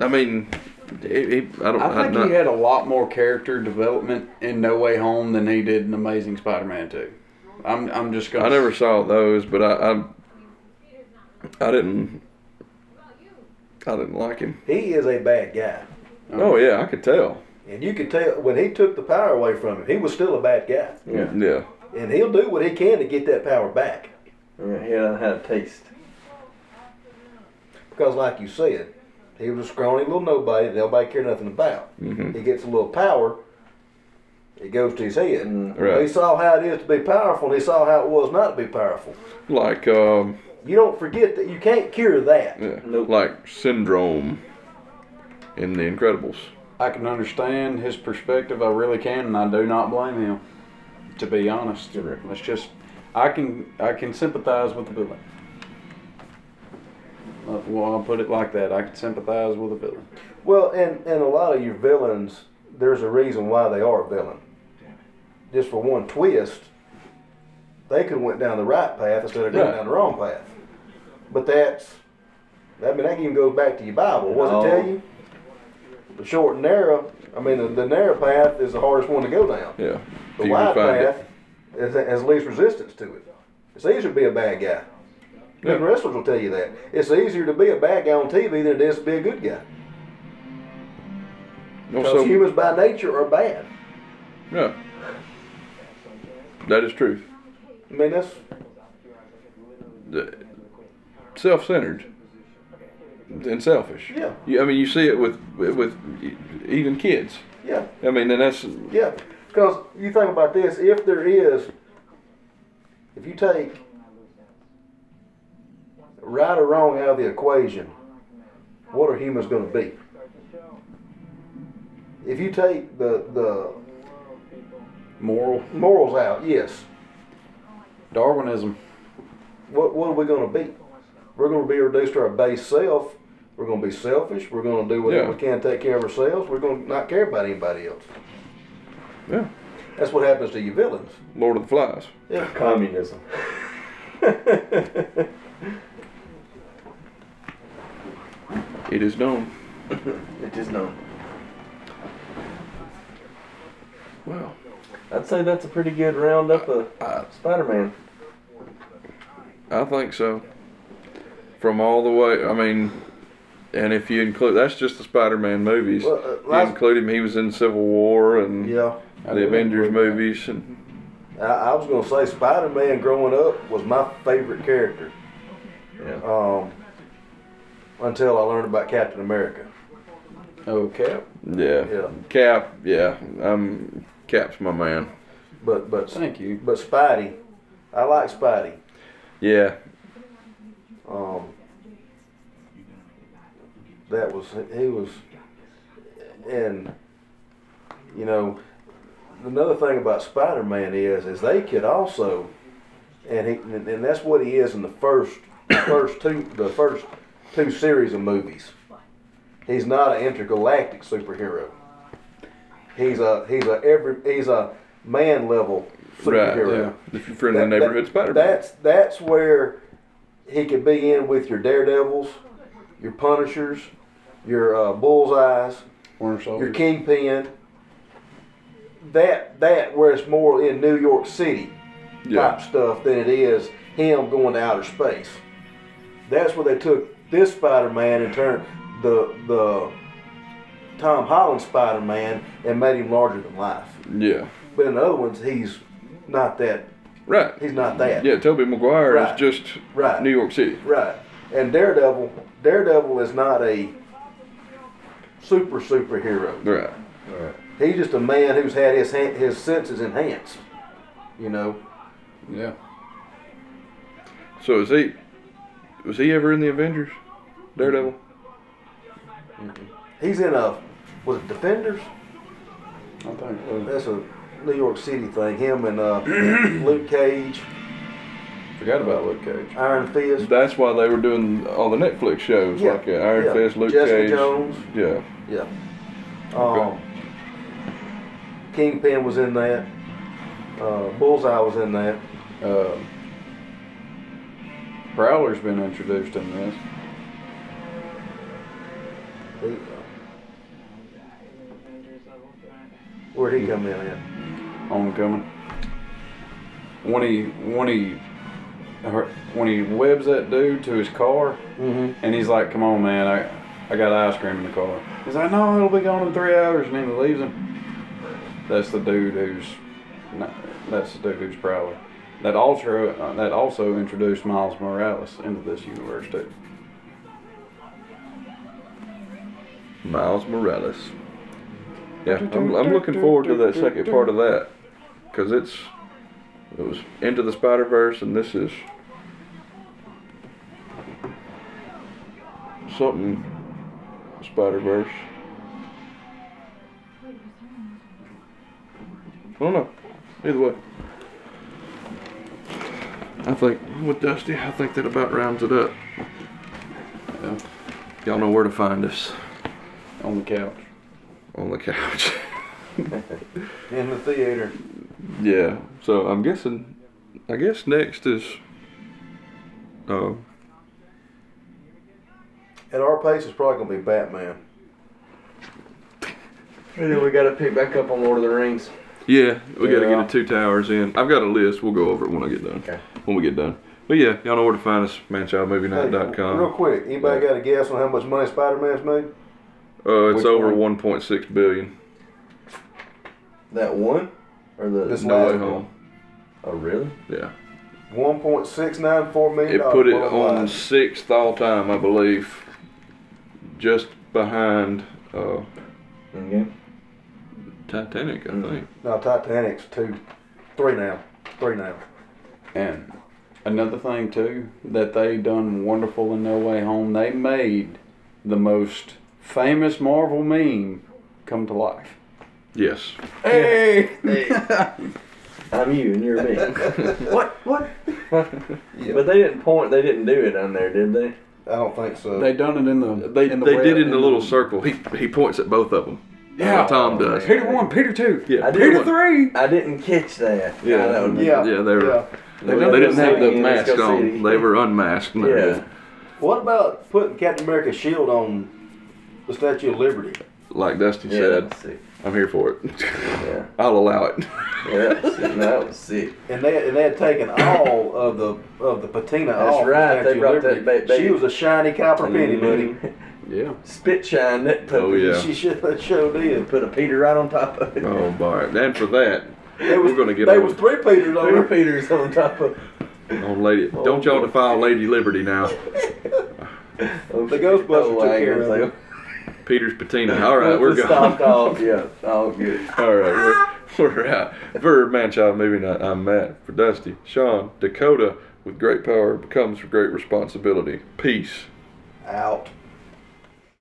I mean, he- he- I don't. I I'm think Uh, not- he had a lot more character development in No Way Home than he did in Amazing Spider-Man 2. I'm, I'm just gonna. I never saw those, but I, I, I didn't. I didn't like him. He is a bad guy, Oh yeah, I could tell. and you could tell when he took the power away from him, he was still a bad guy, Yeah. Yeah. and he'll do what he can to get that power back. Yeah, he had had a taste. Because, like you said, he was a scrawny little nobody that nobody cared nothing about. He gets a little power, it goes to his head. Right. He saw how it is to be powerful, and he saw how it was not to be powerful. Like um, You don't forget that you can't cure that. yeah, Nope. like syndrome in The Incredibles. I can understand his perspective. I really can, and I do not blame him. To be honest, let's just. I can I can sympathize with the villain. Uh, Well, I'll put it like that. I can sympathize with the villain. Well, and, and a lot of your villains, there's a reason why they are a villain. Just for one twist, they could have went down the right path instead of going Right. down the wrong path. But that's, I mean, that even goes back to your Bible. What does it No. tell you? The short and narrow, I mean, the, the narrow path is the hardest one to go down. Yeah. If The you can wide find it. path has, has least resistance to it. It's easier to be a bad guy. Yeah. Even wrestlers will tell you that. It's easier to be a bad guy on TV than it is to be a good guy. Because Also- humans by nature are bad. Yeah. That is truth. I mean, that's The- Self-centered and selfish. Yeah. You, I mean, you see it with with even kids. yeah, I mean, and that's yeah. Because you think about this: if there is, if you take right or wrong out of the equation, what are humans going to be? If you take the the Moral morals out, yes, Darwinism. what what are we going to be? We're going to be reduced to our base self. We're going to be selfish. We're going to do whatever Yeah. we can to take care of ourselves. We're going to not care about anybody else. yeah. That's what happens to your villains. Lord of the Flies. Yeah. Communism. It is known. It is known. Well, I'd say that's a pretty good roundup of I, Spider-Man. I think so. From all the way, I mean, and if you include, that's just the Spider-Man movies. Well, uh, you last- include him, he was in Civil War and Yeah. I the did Avengers include that. movies, and I, I was gonna say Spider Man growing up was my favorite character. Yeah. Um, until I learned about Captain America. Oh, Cap. yeah. Yeah. Cap, yeah, um, Cap's my man. But but Thank you. but Spidey, I like Spidey. Yeah, Um, that was he was, and you know, another thing about Spider Man is is they could also, and he and and that's what he is in the first first two the first two series of movies. He's not an intergalactic superhero. He's a he's a every he's a man level right. superhero. Yeah. The friendly That- neighborhood that- Spider-Man. That's that's where he could be in with your daredevils, your punishers, your uh, bullseyes, Winter Soldier. your kingpin. That that where it's more in New York City type yeah, stuff than it is him going to outer space. That's where they took this Spider-Man and turned the the Tom Holland Spider-Man and made him larger than life. yeah, But in the other ones, he's not that. right. He's not that. Yeah, Toby Maguire Right. is just Right. New York City. Right. And Daredevil, Daredevil is not a super superhero. Right. He's just a man who's had his han- his senses enhanced. You know. yeah. So is he? Was he ever in the Avengers? Daredevil. He's in a was it Defenders? I think uh, it was. That's a New York City thing. Him and uh, Luke Cage, Forgot about Luke Cage. Iron Fist. That's why they were doing all the Netflix shows Yeah, like uh, Iron yeah. Fist, Luke Jessica Cage. Jones. Yeah. Yeah. Okay. Um, Kingpin was in that. Uh, Bullseye was in that. Uh, Prowler's been introduced in this. He- Where'd he come in at? Homecoming. When he when he her- when he webs that dude to his car, and he's like, "Come on, man, I I got ice cream in the car." He's like, "No, it'll be gone in three hours," and then he leaves him. That's the dude who's no, that's the dude who's Prowler. That also uh, that also introduced Miles Morales into this universe too. Miles Morales. Yeah, I'm, I'm looking forward to that second part of that because it's it was Into the Spider Verse, and this is something Spider Verse. I don't know. Either way, I think with Dusty, I think that about rounds it up. Yeah. Y'all know where to find us On the couch. on the couch. In the theater. yeah. So I'm guessing. I guess next is. Uh, At our pace, it's probably gonna be Batman. And then we gotta pick back up on Lord of the Rings. Yeah, we got to Yeah. get the two towers in. I've got a list. We'll go over it when I get done. Okay. When we get done. But yeah, y'all know where to find us, Hey, manchildmovienet.com. real quick, anybody got a guess on how much money Spider-Man's made? Uh, it's Which over one? 1.6 billion. That one? Or the This No way last home. Oh really? Yeah. one point six nine four million. It put it worldwide. on sixth all time, I believe. Just behind uh, Okay. Titanic, I think. No, Titanic's two, three now, three now. And another thing too that they done wonderful in No Way Home, they made the most famous Marvel meme come to life. Yes. Hey, I'm you and you're me. what? What? But they didn't point. They didn't do it on there, did they? I don't think so. they done it in the They, in the they web- did it in a little circle. He, he points at both of them. Yeah. Tom does. Peter one, Peter two, Yeah. I did Peter one. three. I didn't catch that. Yeah. God, that would've been- yeah, Yeah, they were. yeah. They, Let's go didn't have see the it. Let's mask go see on. it. They were unmasked. and they Yeah. were What about putting Captain America's shield on the Statue of Liberty? Like Dusty Yeah. That said, was sick. I'm here for it. Yeah. I'll allow it. yeah that, was sick. that was sick. And they and they had taken all of the of the patina That's off. right, they The Statue brought of Liberty. that ba- Mm-hmm. ba- she was a shiny copper penny, buddy. Yeah, Spit shine that puppy. Oh, yeah. She should that show did. Put a Peter right on top of it. oh, boy. And for that, There was, we're going to get there on, was three Peters on Three her. Peters on top of. on Lady. don't y'all boy. defile Lady Liberty now. Oh, The Ghostbuster oh, took I care guess of they- it. Peter's patina. All right, we're Just gone. Stopped off. Yeah. All good. All right, we're, we're out. For Man Child Movie Night, I'm Matt. For Dusty, Sean, Dakota, with great power comes great responsibility. Peace. Out.